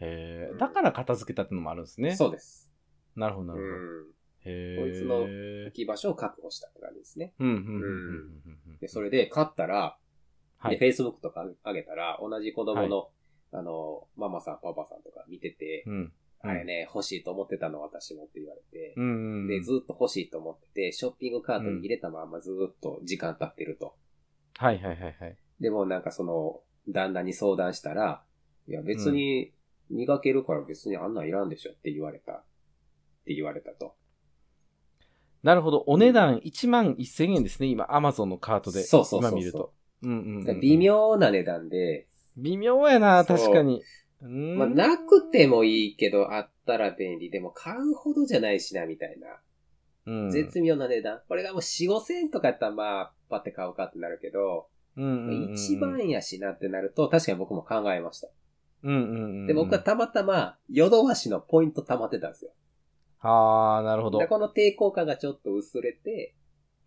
[SPEAKER 2] へーだから片付けたってのもあるんですね。
[SPEAKER 3] そうです。
[SPEAKER 2] なるほど、な
[SPEAKER 3] う
[SPEAKER 2] るほど。
[SPEAKER 3] ん。
[SPEAKER 2] へ
[SPEAKER 3] こいつの
[SPEAKER 2] ー
[SPEAKER 3] 置き場所を確保したって感じですね。
[SPEAKER 2] うん、うん、うんうん。
[SPEAKER 3] で、それで勝ったら、
[SPEAKER 2] は
[SPEAKER 3] で、
[SPEAKER 2] い。
[SPEAKER 3] Facebook とか上げたら、同じ子供の、あの、ママさん、パパさんとか見てて、
[SPEAKER 2] うん。うん
[SPEAKER 3] あれね、欲しいと思ってたの私もって言われて、
[SPEAKER 2] うん。
[SPEAKER 3] で、ずっと欲しいと思ってて、ショッピングカートに入れたままずっと時間経ってると。
[SPEAKER 2] はいはいはいはい。
[SPEAKER 3] でもなんかその、旦那に相談したら、いや別に磨けるから別にあんなんいらんでしょって言われた。って言われたと。
[SPEAKER 2] なるほど。お値段1万1000円ですね。今、アマゾンのカートで。
[SPEAKER 3] そうそうそうそう
[SPEAKER 2] 今見ると。うんうん、うん。
[SPEAKER 3] 微。妙な値段で、
[SPEAKER 2] 微妙やな、
[SPEAKER 3] そう
[SPEAKER 2] 確かに。ま
[SPEAKER 3] まあなくてもいいけどあったら便利。でも買うほどじゃないしなみたいな。
[SPEAKER 2] うん、
[SPEAKER 3] 絶妙な値段。これがもう4、5千円とかやったらまあ、パって買うかってなるけど、
[SPEAKER 2] うんうんうん、
[SPEAKER 3] 1万円やしなってなると、確かに僕も考えました。
[SPEAKER 2] うんうんうんうん。
[SPEAKER 3] で、僕はたまたま、ヨドバシのポイント溜まってたんですよ。
[SPEAKER 2] ああ、なるほど
[SPEAKER 3] で、。この抵抗感がちょっと薄れて、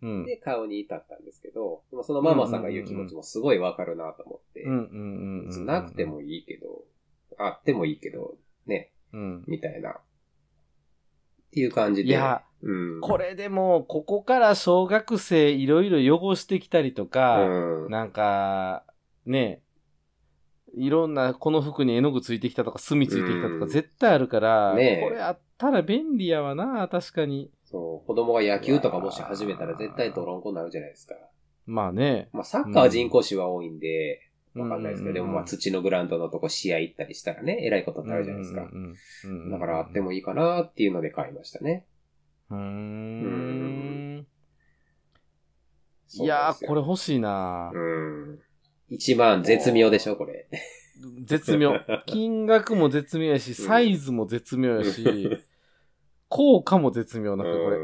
[SPEAKER 2] うん。
[SPEAKER 3] で、買うに至ったんですけど、でもそのママさんが言う気持ちもすごいわかるなと思って、
[SPEAKER 2] うんうんうんうん。
[SPEAKER 3] なくてもいいけど、あってもいいけど、ね、
[SPEAKER 2] うん。
[SPEAKER 3] みたいな。っていう感じで。
[SPEAKER 2] いや、
[SPEAKER 3] うん。
[SPEAKER 2] これでも、ここから小学生いろいろ汚してきたりとか、
[SPEAKER 3] うん。
[SPEAKER 2] なんか、ね、いろんな、この服に絵の具ついてきたとか、墨ついてきたと
[SPEAKER 3] う
[SPEAKER 2] か、
[SPEAKER 3] ん
[SPEAKER 2] 絶対あるから、
[SPEAKER 3] ねえ
[SPEAKER 2] これあったら便利やわな、確かに。
[SPEAKER 3] そう、子供が野球とかもし始めたら絶対泥んこになるじゃないですか。
[SPEAKER 2] まあね。
[SPEAKER 3] まあ、サッカーは人工種は多いんで、
[SPEAKER 2] わ
[SPEAKER 3] わかんないですけど、でもまあ、土のグラウンドのとこ試合行ったりしたらね、えらいことになるじゃないですか。だからあって
[SPEAKER 2] も。
[SPEAKER 3] もいいかなっていうので買いましたね。
[SPEAKER 2] うーん。
[SPEAKER 3] そう
[SPEAKER 2] いやー、これ
[SPEAKER 3] なんで
[SPEAKER 2] 欲しいな
[SPEAKER 3] すよ。うん。一番絶妙でしょ、これ。
[SPEAKER 2] 絶妙。 金額も絶妙やし、
[SPEAKER 3] うん
[SPEAKER 2] サイズも絶妙や し、効果も絶妙なんかこれ。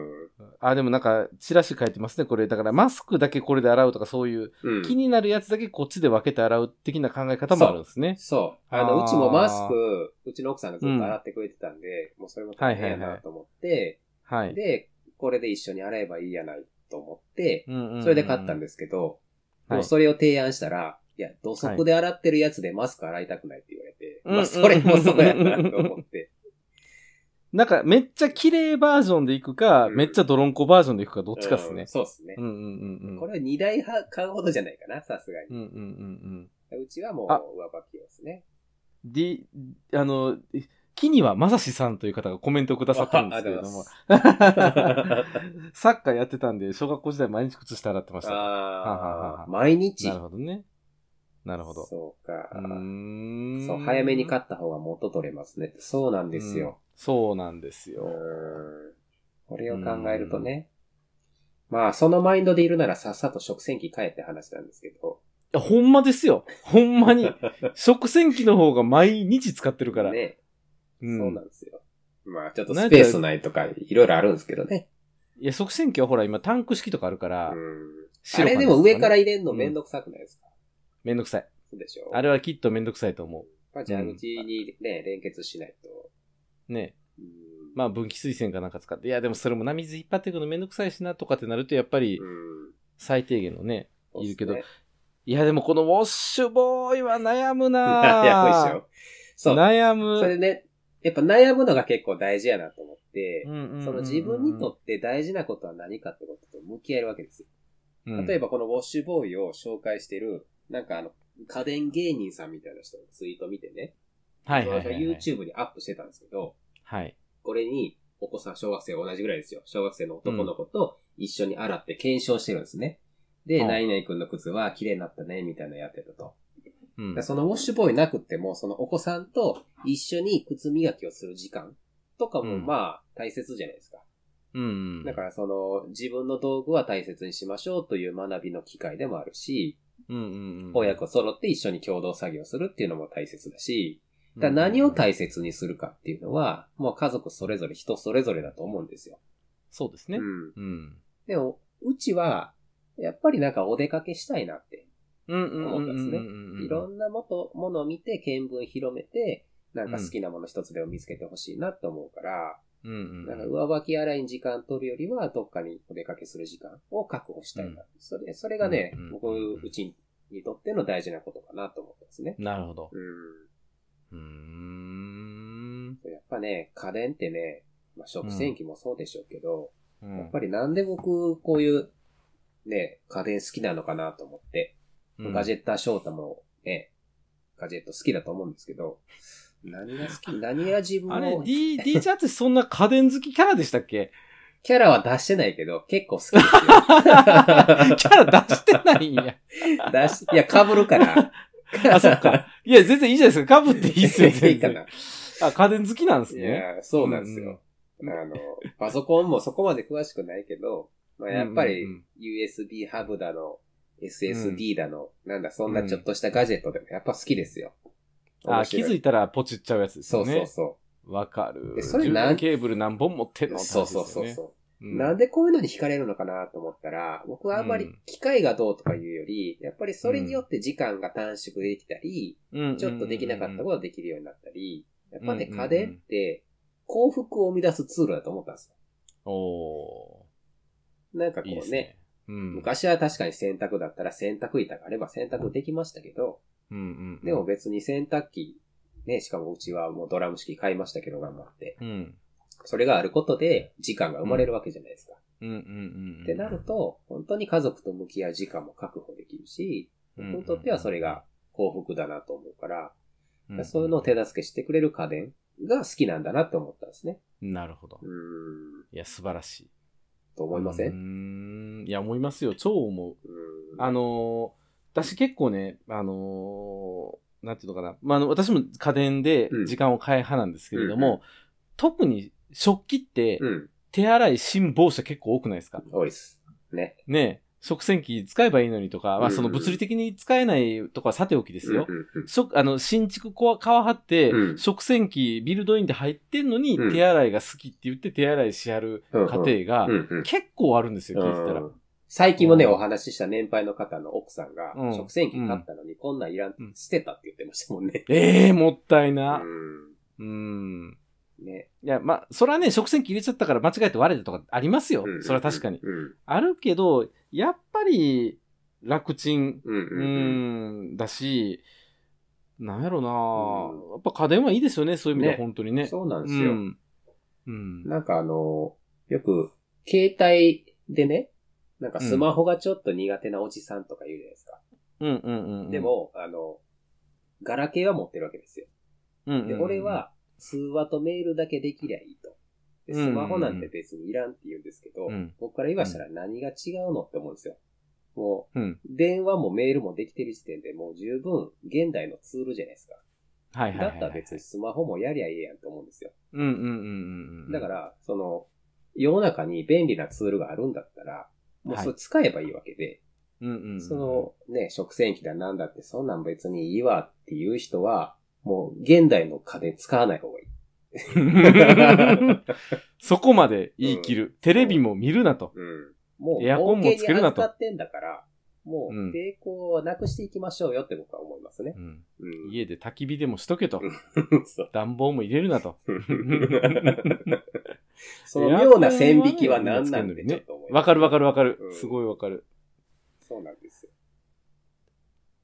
[SPEAKER 2] あ、でもなんか、チラシ書いてますね、これ。だから、マスクだけこれで洗うとか、そういう、
[SPEAKER 3] うん。
[SPEAKER 2] 気になるやつだけこっちで分けて洗う的な考え方もあるんですね。
[SPEAKER 3] そう。あの、
[SPEAKER 2] あー
[SPEAKER 3] うちもマスク、うちの奥さんがずっと洗ってくれてたんで、もうそれも大変やなと思って、
[SPEAKER 2] はい。
[SPEAKER 3] で、これで一緒に洗えばいいやないと思って、そ
[SPEAKER 2] そ。
[SPEAKER 3] れで買ったんですすけど、
[SPEAKER 2] はい
[SPEAKER 3] でもそれを提案したら、いや、土足で洗ってるやつでマスク洗いたくないって言われて、
[SPEAKER 2] はい
[SPEAKER 3] まあ、それもそうやなと思 って。
[SPEAKER 2] なんか、めっちゃ綺麗バージョンでいくか、
[SPEAKER 3] うん
[SPEAKER 2] めっちゃドロンコバージョンでいくか、どっちかっす
[SPEAKER 3] う
[SPEAKER 2] ね
[SPEAKER 3] ん。そうですね
[SPEAKER 2] う。んうんうんうん。
[SPEAKER 3] これは2台は買うほどじゃないかな、さすが
[SPEAKER 2] う
[SPEAKER 3] に。
[SPEAKER 2] んうんうん
[SPEAKER 3] うちはもう
[SPEAKER 2] あ
[SPEAKER 3] 上履きですね。
[SPEAKER 2] うん。で、あの、木にはまさしさんという方がコメントをくださったんですけれども、サッカーやってたんで、小学校時代毎日靴下洗ってました。はは
[SPEAKER 3] あ
[SPEAKER 2] は
[SPEAKER 3] あ、毎日。
[SPEAKER 2] なるほどね。なるほど。
[SPEAKER 3] そうか。
[SPEAKER 2] うーん
[SPEAKER 3] そう、早めに買った方が元取れますね。そうなんですよ。
[SPEAKER 2] うんそうなんです
[SPEAKER 3] うーん
[SPEAKER 2] よ。
[SPEAKER 3] これを考えるとね。まあ、そのマインドでいるならさっさと食洗機買えって話なんですけど。
[SPEAKER 2] いや、ほんまですよ。ほんま に。食洗機の方が毎日使ってるから。
[SPEAKER 3] ね。
[SPEAKER 2] うん
[SPEAKER 3] そうなんですよ。まあ、ちょっとスペースないとか、いろいろあるんですけどね。
[SPEAKER 2] いや、食洗機はほら、今タンク式とかあるから、
[SPEAKER 3] うんあ
[SPEAKER 2] 白か
[SPEAKER 3] れ
[SPEAKER 2] ら
[SPEAKER 3] でも上から
[SPEAKER 2] ね
[SPEAKER 3] 入れんのめんどくさくないですか、
[SPEAKER 2] めんどくさい。
[SPEAKER 3] そうでしょ
[SPEAKER 2] あれはきっとめんどくさいと思
[SPEAKER 3] まあ、蛇口にね、連結しないと。
[SPEAKER 2] う。ね。
[SPEAKER 3] うん
[SPEAKER 2] まあ、分岐水栓かなんか使って、いや、でもそれもな水引っ張っていくのめんどくさいしなとかってなると、やっぱり
[SPEAKER 3] うん
[SPEAKER 2] 最低限のね。
[SPEAKER 3] そうっす
[SPEAKER 2] い
[SPEAKER 3] ね
[SPEAKER 2] るけどいや、でもこのウォッシュボーイは悩む な
[SPEAKER 3] 悩むでしょ。そう。
[SPEAKER 2] 悩む。
[SPEAKER 3] それでね、やっぱ悩むのが結構大事やなと思って、
[SPEAKER 2] うんうんうんうん
[SPEAKER 3] その自分にとって大事なことは何かってことと向き合えるわけですよ。例えばこのウォッシュボーイを紹介してる、なんかあの、家電芸人さんみたいな人のツイート見てね、
[SPEAKER 2] ば、はいはいはいはい、
[SPEAKER 3] 私は YouTube にアップしてたんですけど、
[SPEAKER 2] はい。
[SPEAKER 3] これにお子さん、小学生同じぐらいですよ。小学生の男の子と一緒に洗って検証してるんですね。で、
[SPEAKER 2] うん
[SPEAKER 3] 何々くんの靴は綺麗になったね、みたいなのやってたと。
[SPEAKER 2] うん
[SPEAKER 3] だからそのウォッシュボーイなくっても、そのお子さんと一緒に靴磨きをする時間とかも
[SPEAKER 2] うん
[SPEAKER 3] まあ大切じゃないですか。
[SPEAKER 2] うん。
[SPEAKER 3] だからその自分の道具は大切にしましょうという学びの機会でもあるし、
[SPEAKER 2] うんうんうん、
[SPEAKER 3] 親子揃って一緒に共同作業するっていうのも大切だし、だから何を大切にするかっていうのは、もう家族それぞれ人それぞれだと思うんですよ。
[SPEAKER 2] そうですね
[SPEAKER 3] う。ん。
[SPEAKER 2] うん。
[SPEAKER 3] でも、うちは、やっぱりなんかお出かけしたいなって。
[SPEAKER 2] うんうんうんうんうんうん。
[SPEAKER 3] いろんなもと、ものを見て、見聞広めて、なんか好きなもの一つでも見つけてほしいなと思うから、
[SPEAKER 2] うんうん。
[SPEAKER 3] なんか上履き洗いに時間取るよりは、どっかにお出かけする時間を確保したいな。それ、それがね
[SPEAKER 2] うんうん、
[SPEAKER 3] 僕、うちにとっての大事なことかなと思ってますね。
[SPEAKER 2] なるほど。
[SPEAKER 3] う
[SPEAKER 2] うーん。
[SPEAKER 3] ん。やっぱね、家電ってね、まあ、食洗機もそうでしょうけど、
[SPEAKER 2] う
[SPEAKER 3] や
[SPEAKER 2] ん
[SPEAKER 3] っぱりなんで僕、こういう、ね、家電好きなのかなと思って。ガジェッター翔太もね、ガジェット好きだと思うんですけど、何が好き何が自分
[SPEAKER 2] あれ
[SPEAKER 3] を、、
[SPEAKER 2] D、D チャーってそんな家電好きキャラでしたっ け
[SPEAKER 3] キャラは出してないけど、結構好きですよ。
[SPEAKER 2] キ ャラ出してないんや。
[SPEAKER 3] 出し、いや、被 るから。
[SPEAKER 2] あ、そっか。いや、全然いいじゃないですか。被っていいっすよ、
[SPEAKER 3] いい
[SPEAKER 2] 全
[SPEAKER 3] か
[SPEAKER 2] 然
[SPEAKER 3] な。。
[SPEAKER 2] あ、家電好きなんです
[SPEAKER 3] い
[SPEAKER 2] ね。
[SPEAKER 3] や、そうなんですよ。
[SPEAKER 2] うん
[SPEAKER 3] あの、パソコンもそこまで詳しくないけど、まあ、やっぱり
[SPEAKER 2] うんうん
[SPEAKER 3] USB ハブだの、SSD だの、なんだ、そんなちょっとしたガジェットでもやっぱ好きですよ。
[SPEAKER 2] あ、気づ
[SPEAKER 3] い
[SPEAKER 2] いたらポチっちゃうやつです
[SPEAKER 3] そ
[SPEAKER 2] よ
[SPEAKER 3] う
[SPEAKER 2] ね。
[SPEAKER 3] そうそ
[SPEAKER 2] わかる。
[SPEAKER 3] えそれ
[SPEAKER 2] 充
[SPEAKER 3] なん
[SPEAKER 2] 電ケーブル何本持ってん
[SPEAKER 3] う。
[SPEAKER 2] の
[SPEAKER 3] そうそうそうそう。
[SPEAKER 2] う
[SPEAKER 3] なんでこういうのに惹かれるのかなと思ったら、僕はあんまり機械がどうとかいうより、やっぱりそれによって時間が短縮できたり、ちょっとできなかったこと
[SPEAKER 2] と
[SPEAKER 3] ができるようになったり、やっぱね、
[SPEAKER 2] うんうんうん
[SPEAKER 3] 家電って幸福を生み出すツールだと思ったんです
[SPEAKER 2] お
[SPEAKER 3] よ。なんか
[SPEAKER 2] ー
[SPEAKER 3] こ
[SPEAKER 2] いいで
[SPEAKER 3] う
[SPEAKER 2] す
[SPEAKER 3] ね、
[SPEAKER 2] ね。うん
[SPEAKER 3] 昔は確かに洗濯だったら洗濯板があれば洗濯できましたけど、
[SPEAKER 2] うんうんうん
[SPEAKER 3] でも、別に洗濯機、ね、しかもうちはもうドラム式買いましたけど頑張って、
[SPEAKER 2] うん。
[SPEAKER 3] それがあることで時間が生まれるわけじゃないですか。
[SPEAKER 2] うんうんうんうん。
[SPEAKER 3] ってなると、本当に家族と向き合う時間も確保できるし、
[SPEAKER 2] うんうん、
[SPEAKER 3] 僕にとってはそれが幸福だなと思うから、
[SPEAKER 2] うん、
[SPEAKER 3] そういうのを手助けしてくれる家電が好きなんだなって思ったんですね。
[SPEAKER 2] なるほど
[SPEAKER 3] う。ーん、
[SPEAKER 2] いや、素晴らしい。
[SPEAKER 3] と思いませ
[SPEAKER 2] うんーん。いや、思いますよ。超思う。
[SPEAKER 3] うーん
[SPEAKER 2] あのー私結構ね、あのーなんていうのかな。まあ、あの、私も家電で
[SPEAKER 3] うん
[SPEAKER 2] 時間を変え派なんですけれど
[SPEAKER 3] うんう
[SPEAKER 2] も、特に食器って
[SPEAKER 3] うん、
[SPEAKER 2] 手洗い、辛抱者結構多くないですか
[SPEAKER 3] 多いです。ね。
[SPEAKER 2] ねえ食洗機使えばいいのにとか、まあ、その
[SPEAKER 3] うんうん
[SPEAKER 2] 物理的に使えないとかはさておきですよ
[SPEAKER 3] う。んうんうん
[SPEAKER 2] 食あの新築こわ皮張って、
[SPEAKER 3] うん
[SPEAKER 2] 食洗機ビルドインで入ってんのに、
[SPEAKER 3] うん
[SPEAKER 2] 手洗いが好きって言って手洗いしやる家庭
[SPEAKER 3] うん
[SPEAKER 2] が
[SPEAKER 3] うん
[SPEAKER 2] 結構あるんですよ、聞いてたら。
[SPEAKER 3] うん最近もね、
[SPEAKER 2] うん
[SPEAKER 3] お話しした年配の方の奥さんが
[SPEAKER 2] う、ん
[SPEAKER 3] 食洗機買ったのにこんなんいらん
[SPEAKER 2] うん、
[SPEAKER 3] 捨てたって言ってましたもんね。
[SPEAKER 2] ええもったいうな。
[SPEAKER 3] ん。
[SPEAKER 2] うん。
[SPEAKER 3] ね。
[SPEAKER 2] いや、まあ、それはね、食洗機入れちゃったから間違えて割れたとかありますよ。それは確かに。
[SPEAKER 3] うん。
[SPEAKER 2] あるけど、やっぱり楽ちん、
[SPEAKER 3] うん
[SPEAKER 2] う
[SPEAKER 3] うんうん。
[SPEAKER 2] ん、だし、なんやろな、
[SPEAKER 3] うん
[SPEAKER 2] やっぱ家電はいいですよね、そういう意味では
[SPEAKER 3] ね
[SPEAKER 2] 本当にね。
[SPEAKER 3] そうなん
[SPEAKER 2] う
[SPEAKER 3] ですよ。
[SPEAKER 2] ん。うん。
[SPEAKER 3] なんかあの、よく、携帯でね、なんかスマホがちょっと苦手なおじさんとか言うじゃないですか。
[SPEAKER 2] うんうんうんうん。
[SPEAKER 3] でも、あの、ガラケーは持ってるわけですよ。
[SPEAKER 2] うんうんうん、
[SPEAKER 3] で、俺は通話とメールだけできりゃいいと。で、スマホなんて別にいらんって言うんですけど、
[SPEAKER 2] うん、
[SPEAKER 3] 僕から言わしたら何が違うのって思うんですよ。も
[SPEAKER 2] うん。
[SPEAKER 3] う、電話もメールもできてる時点でもう十分現代のツールじゃないですか。
[SPEAKER 2] はいはい
[SPEAKER 3] だ
[SPEAKER 2] はい、
[SPEAKER 3] ったら別に。スマホもやりゃいいやんと思うんですよ。
[SPEAKER 2] うんうんうんうん。
[SPEAKER 3] だか、ら、その、世の中に便利なツールがあるんだったら、もうそれ使えばいいわけで、
[SPEAKER 2] うんうんうん。
[SPEAKER 3] そのね、食洗機だなんだってそんなん別にいいわっていう人は、もう現代の家電使わない方がいい。
[SPEAKER 2] そこまで言い切る、テレビも見るなと。
[SPEAKER 3] うん。もう、
[SPEAKER 2] エアコンもつけるなと
[SPEAKER 3] 恩恵に預かってんだから、もう
[SPEAKER 2] うん
[SPEAKER 3] 抵抗はなくしていきましょうよって僕は思いますね
[SPEAKER 2] う。ん、
[SPEAKER 3] うん。
[SPEAKER 2] 家で焚き火でもしとけと
[SPEAKER 3] う。ん そう
[SPEAKER 2] 暖房も入れるなと。
[SPEAKER 3] その妙な線引きは何なんでちょっと思います
[SPEAKER 2] わかるわかるわかる
[SPEAKER 3] う。ん
[SPEAKER 2] すごいわかる。
[SPEAKER 3] そうなんですよ。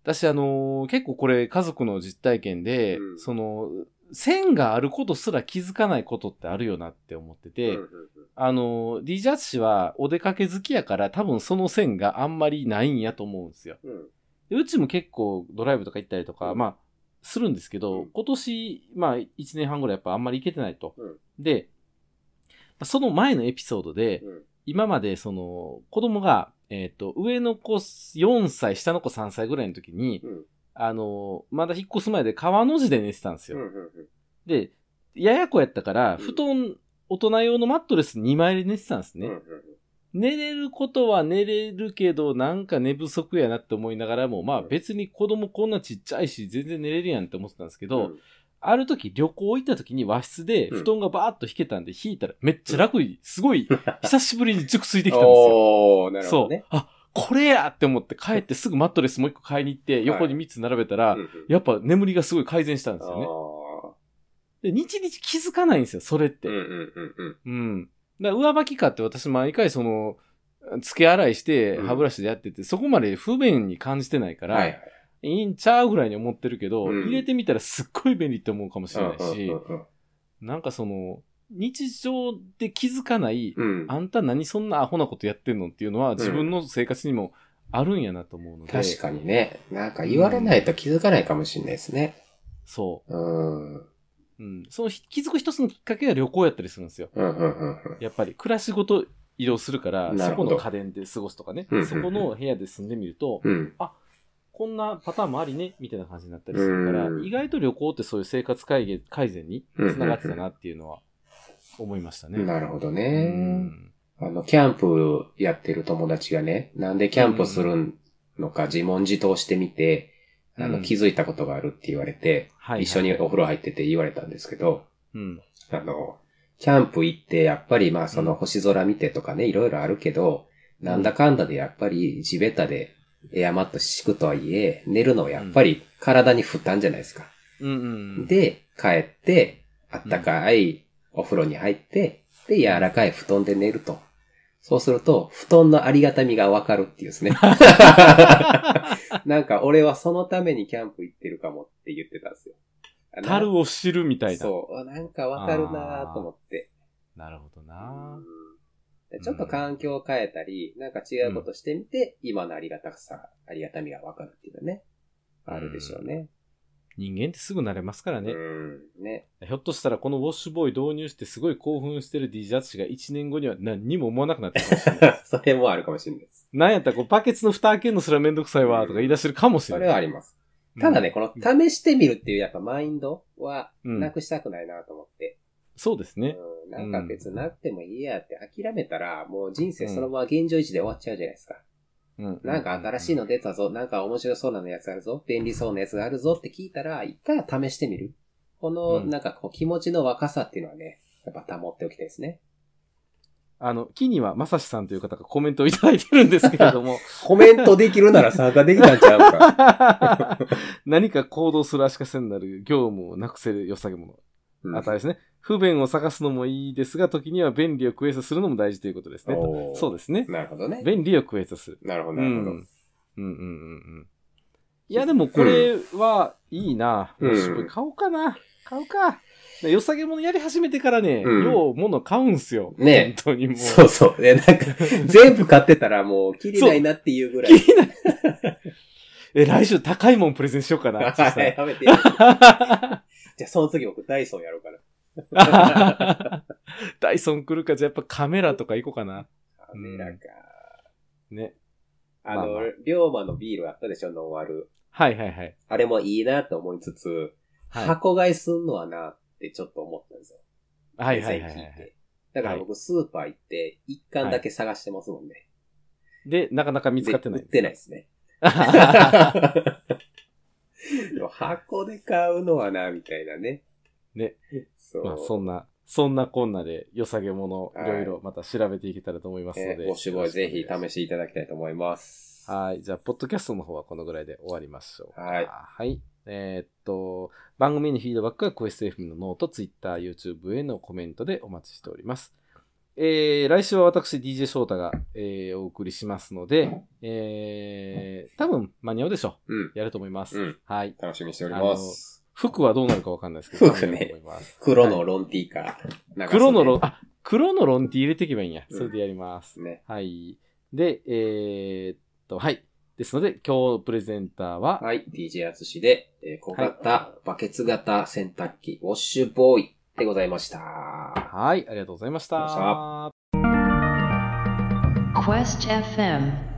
[SPEAKER 2] 私、あのー結構これ家族の実体験で、
[SPEAKER 3] うん
[SPEAKER 2] その、線があることすら気づかないことってあるよなって思ってて、
[SPEAKER 3] うんうん
[SPEAKER 2] あの、D ジャッジ氏はお出かけ好きやから多分その線があんまりないんやと思うんですよ。
[SPEAKER 3] うんうん
[SPEAKER 2] でうちも結構ドライブとか行ったりとか、
[SPEAKER 3] うん
[SPEAKER 2] まあ、するんですけど、
[SPEAKER 3] うん
[SPEAKER 2] 今年、まあ、1年半ぐらいやっぱあんまり行けてないと。
[SPEAKER 3] うん
[SPEAKER 2] で、その前のエピソードで、
[SPEAKER 3] うん
[SPEAKER 2] 今までその、子供が、えっ、と、上の子4歳、下の子3歳ぐらいの時に、
[SPEAKER 3] うん
[SPEAKER 2] あの、まだ引っ越す前で川の字で寝てたんですよ。
[SPEAKER 3] うんうんうん
[SPEAKER 2] で、ややこやったから、
[SPEAKER 3] うん
[SPEAKER 2] 布団、大人用のマットレス2枚で寝てたんですね。
[SPEAKER 3] うんうんうん
[SPEAKER 2] 寝れることは寝れるけど、なんか寝不足やなって思いながらも、まあ別に子供こんなちっちゃいし、全然寝れるやんって思ってたんですけど、
[SPEAKER 3] うん
[SPEAKER 2] ある時旅行行った時に和室で
[SPEAKER 3] うん
[SPEAKER 2] 布団がバーッと引けたんで、引いたらめっちゃ楽に、すごい久しぶりに熟睡できたんですよ。
[SPEAKER 3] おーなるほ
[SPEAKER 2] そ
[SPEAKER 3] ど
[SPEAKER 2] う
[SPEAKER 3] ね。。
[SPEAKER 2] あ、これやって思って帰ってすぐマットレスもう一個買いに行っ て、横に3つ並べたら、
[SPEAKER 3] うんうん
[SPEAKER 2] やっぱ眠りがすごい改善したんですよね。で、日々気づかないんですよ、それっ
[SPEAKER 3] あー
[SPEAKER 2] て
[SPEAKER 3] う。んうんうんうん
[SPEAKER 2] うん。だから上履きかって私毎回その、付け洗いして
[SPEAKER 3] うん
[SPEAKER 2] 歯ブラシでやってて、そこまで不便に感じてないから、
[SPEAKER 3] はい
[SPEAKER 2] い、
[SPEAKER 3] はい
[SPEAKER 2] いんちゃうぐらいに思ってるけど、
[SPEAKER 3] うん
[SPEAKER 2] 入れてみたらすっごい便利って思うかもしれないし、
[SPEAKER 3] うんうん
[SPEAKER 2] なんかその、日常で気づかない、
[SPEAKER 3] うんうん
[SPEAKER 2] あんた何そんなアホなことやってんのっていうのは自分の生活にもあるんやなと思うので、
[SPEAKER 3] 確かにね。なんか言われないと気づかないかもしれないですね。
[SPEAKER 2] そう。
[SPEAKER 3] うん。
[SPEAKER 2] うん。そのひ気づく一つのきっかけが旅行やったりするんですよ。
[SPEAKER 3] うんうんうんうん。
[SPEAKER 2] やっぱり、暮らしごと移動するから、
[SPEAKER 3] な
[SPEAKER 2] そ
[SPEAKER 3] る
[SPEAKER 2] こ
[SPEAKER 3] ほど
[SPEAKER 2] の家電で過ごすとかね
[SPEAKER 3] うんうんう、ん
[SPEAKER 2] そこの部屋で住んでみると、
[SPEAKER 3] うん。
[SPEAKER 2] こんなパターンもありね、みたいな感じになったりするから
[SPEAKER 3] う、ん
[SPEAKER 2] 意外と旅行ってそういう生活改善改善につながってたなっていうのは思いましたね。
[SPEAKER 3] なるほど
[SPEAKER 2] う
[SPEAKER 3] ね。
[SPEAKER 2] ん
[SPEAKER 3] あの、キャンプやってる友達がね、なんでキャンプするのか自問自答してみて、あ
[SPEAKER 2] う
[SPEAKER 3] の、
[SPEAKER 2] ん
[SPEAKER 3] 気づいたことがあるって言われて、
[SPEAKER 2] はいはい
[SPEAKER 3] 一緒にお風呂入ってて言われたんですけど、
[SPEAKER 2] うん。
[SPEAKER 3] あの、キャンプ行って、やっぱりまあその星空見てとかね、いろいろあるけど、なんだかんだでやっぱり地べたでエアマット敷くとはいえ、寝るのはやっぱり体に負担じゃないですか。
[SPEAKER 2] うんうん。
[SPEAKER 3] で、帰って、あったかいお風呂に入って、で、柔らかい布団で寝ると。そうすると、布団のありがたみがわかるっていうで すね。なんか、俺はそのためにキャンプ行ってるかもって言ってたんですよ。あなん
[SPEAKER 2] 樽を知るみたいな。
[SPEAKER 3] そう。あなんかわかるなぁと思って。
[SPEAKER 2] なるほどな
[SPEAKER 3] うんちょっと環境を変えたり、なんか違うことしてみて、今のありがたさ、ありがたみがわかるっていうのね。あるでしょうね。
[SPEAKER 2] 人間ってすぐ慣れますから
[SPEAKER 3] う
[SPEAKER 2] ね。
[SPEAKER 3] ん。ね。
[SPEAKER 2] ひょっとしたらこのウォッシュボーイ導入してすごい興奮してる DJ たちが1年後には何にも思わなくなってるかもしれない。
[SPEAKER 3] それもあるかもしれないです。
[SPEAKER 2] なんやったらこうバケツの蓋開けるのすらめんどくさいわとか言い出してるかもしれ
[SPEAKER 3] そ
[SPEAKER 2] ない。
[SPEAKER 3] れはあります。ただね、この試してみるっていうやっぱマインドは
[SPEAKER 2] うん、う。
[SPEAKER 3] なんくしたくないなと思って。
[SPEAKER 2] そうですね。
[SPEAKER 3] うん、なんか別になってもいいやって諦めたら、もう人生そのまま現状維持で終わっちゃうじゃないですか。
[SPEAKER 2] うん。
[SPEAKER 3] なんか新しいの出たぞ、なんか面白そうなやつあるぞ、便利そうなやつがあるぞって聞いたら、一回は試してみる。この、
[SPEAKER 2] うん
[SPEAKER 3] なんかこう気持ちの若さっていうのはね、やっぱ保っておきたいですね。
[SPEAKER 2] あの、木にはまさしさんという方がコメントをいただいてるんですけれども、
[SPEAKER 3] コメントできるなら参加できたんちゃう か。
[SPEAKER 2] 何か行動する足かせになる業務をなくせる良さげ者。
[SPEAKER 3] うん
[SPEAKER 2] あとあれですね、不便を探すのもいいですが、時には便利をクエストするのも大事ということですね。
[SPEAKER 3] おー
[SPEAKER 2] そうですね。
[SPEAKER 3] なるほどね。
[SPEAKER 2] 便利をクエストする。
[SPEAKER 3] なるほ
[SPEAKER 2] う
[SPEAKER 3] ど、
[SPEAKER 2] ん。
[SPEAKER 3] な
[SPEAKER 2] うんう
[SPEAKER 3] るほど。
[SPEAKER 2] んうんうん。いや、でもこれはいいな。
[SPEAKER 3] うん
[SPEAKER 2] もしこれ買おうかな。買うか。良さげものやり始めてからね、
[SPEAKER 3] うん
[SPEAKER 2] ようもの買うんすよ。
[SPEAKER 3] ね
[SPEAKER 2] 本当にもう。
[SPEAKER 3] そうそう。え、なんか、全部買ってたらもう、切りないなっていうぐらい。
[SPEAKER 2] え、来週高いもんプレゼンしようかな。そした
[SPEAKER 3] は
[SPEAKER 2] ら
[SPEAKER 3] い、食べて。 じゃあ、その次僕、ダイソンやろうかな。
[SPEAKER 2] ダイソン来るか、じゃあやっぱカメラとか行こうかな。
[SPEAKER 3] カメラか。
[SPEAKER 2] ね。
[SPEAKER 3] あの、
[SPEAKER 2] まあまあ
[SPEAKER 3] 龍馬のビールあったでしょ、ノンアル。
[SPEAKER 2] はいはいはい。
[SPEAKER 3] あれもいいなと思いつつ、
[SPEAKER 2] はい
[SPEAKER 3] 箱買いすんのはなってちょっと思ったんですよ。
[SPEAKER 2] はいはいはいは
[SPEAKER 3] 以前聞
[SPEAKER 2] い。
[SPEAKER 3] て。だから僕、スーパー行って、一巻だけ探してますもんね。
[SPEAKER 2] で、なかなか見つかってない
[SPEAKER 3] で売っ。てないですね。 箱で買うのはな、みたいなね。
[SPEAKER 2] ね。
[SPEAKER 3] そう。
[SPEAKER 2] まあそんな、そんなこんなで良さげもの、
[SPEAKER 3] はい
[SPEAKER 2] いろいろまた調べていけたらと思いますの
[SPEAKER 3] え
[SPEAKER 2] で。
[SPEAKER 3] ー、ごしぼいぜひ
[SPEAKER 2] よろしくお願いします
[SPEAKER 3] 試していただきたいと思います。
[SPEAKER 2] はい。じゃあ、ポッドキャストの方はこのぐらいで終わりましょう。
[SPEAKER 3] はい
[SPEAKER 2] はい。えーっと、番組へのフィードバックは、クエスト FM のノート、Twitter、YouTube へのコメントでお待ちしております。えー、来週は私、DJ 翔太が、えーお送りしますので、えー、多分間に合うでしょ
[SPEAKER 3] うん。
[SPEAKER 2] う。やると思います。
[SPEAKER 3] うん
[SPEAKER 2] はい。
[SPEAKER 3] 楽しみにしております。
[SPEAKER 2] 服はどうなるかわかんないですけど、
[SPEAKER 3] 服
[SPEAKER 2] 多分
[SPEAKER 3] ね
[SPEAKER 2] やると思います
[SPEAKER 3] 黒のロンティーか。長袖
[SPEAKER 2] 黒のロン、あ、黒のロンティ入れていけばいいんや。それでやります。
[SPEAKER 3] ね。
[SPEAKER 2] はい。で、えーっと、はい。ですので、今日プレゼンターは、
[SPEAKER 3] はい。DJ あつしで、えー小型、バケツ型洗濯機、ウォッシュボーイでございました。
[SPEAKER 2] はい、ありがとうございまし。
[SPEAKER 3] ありがとうございました
[SPEAKER 1] Quest FM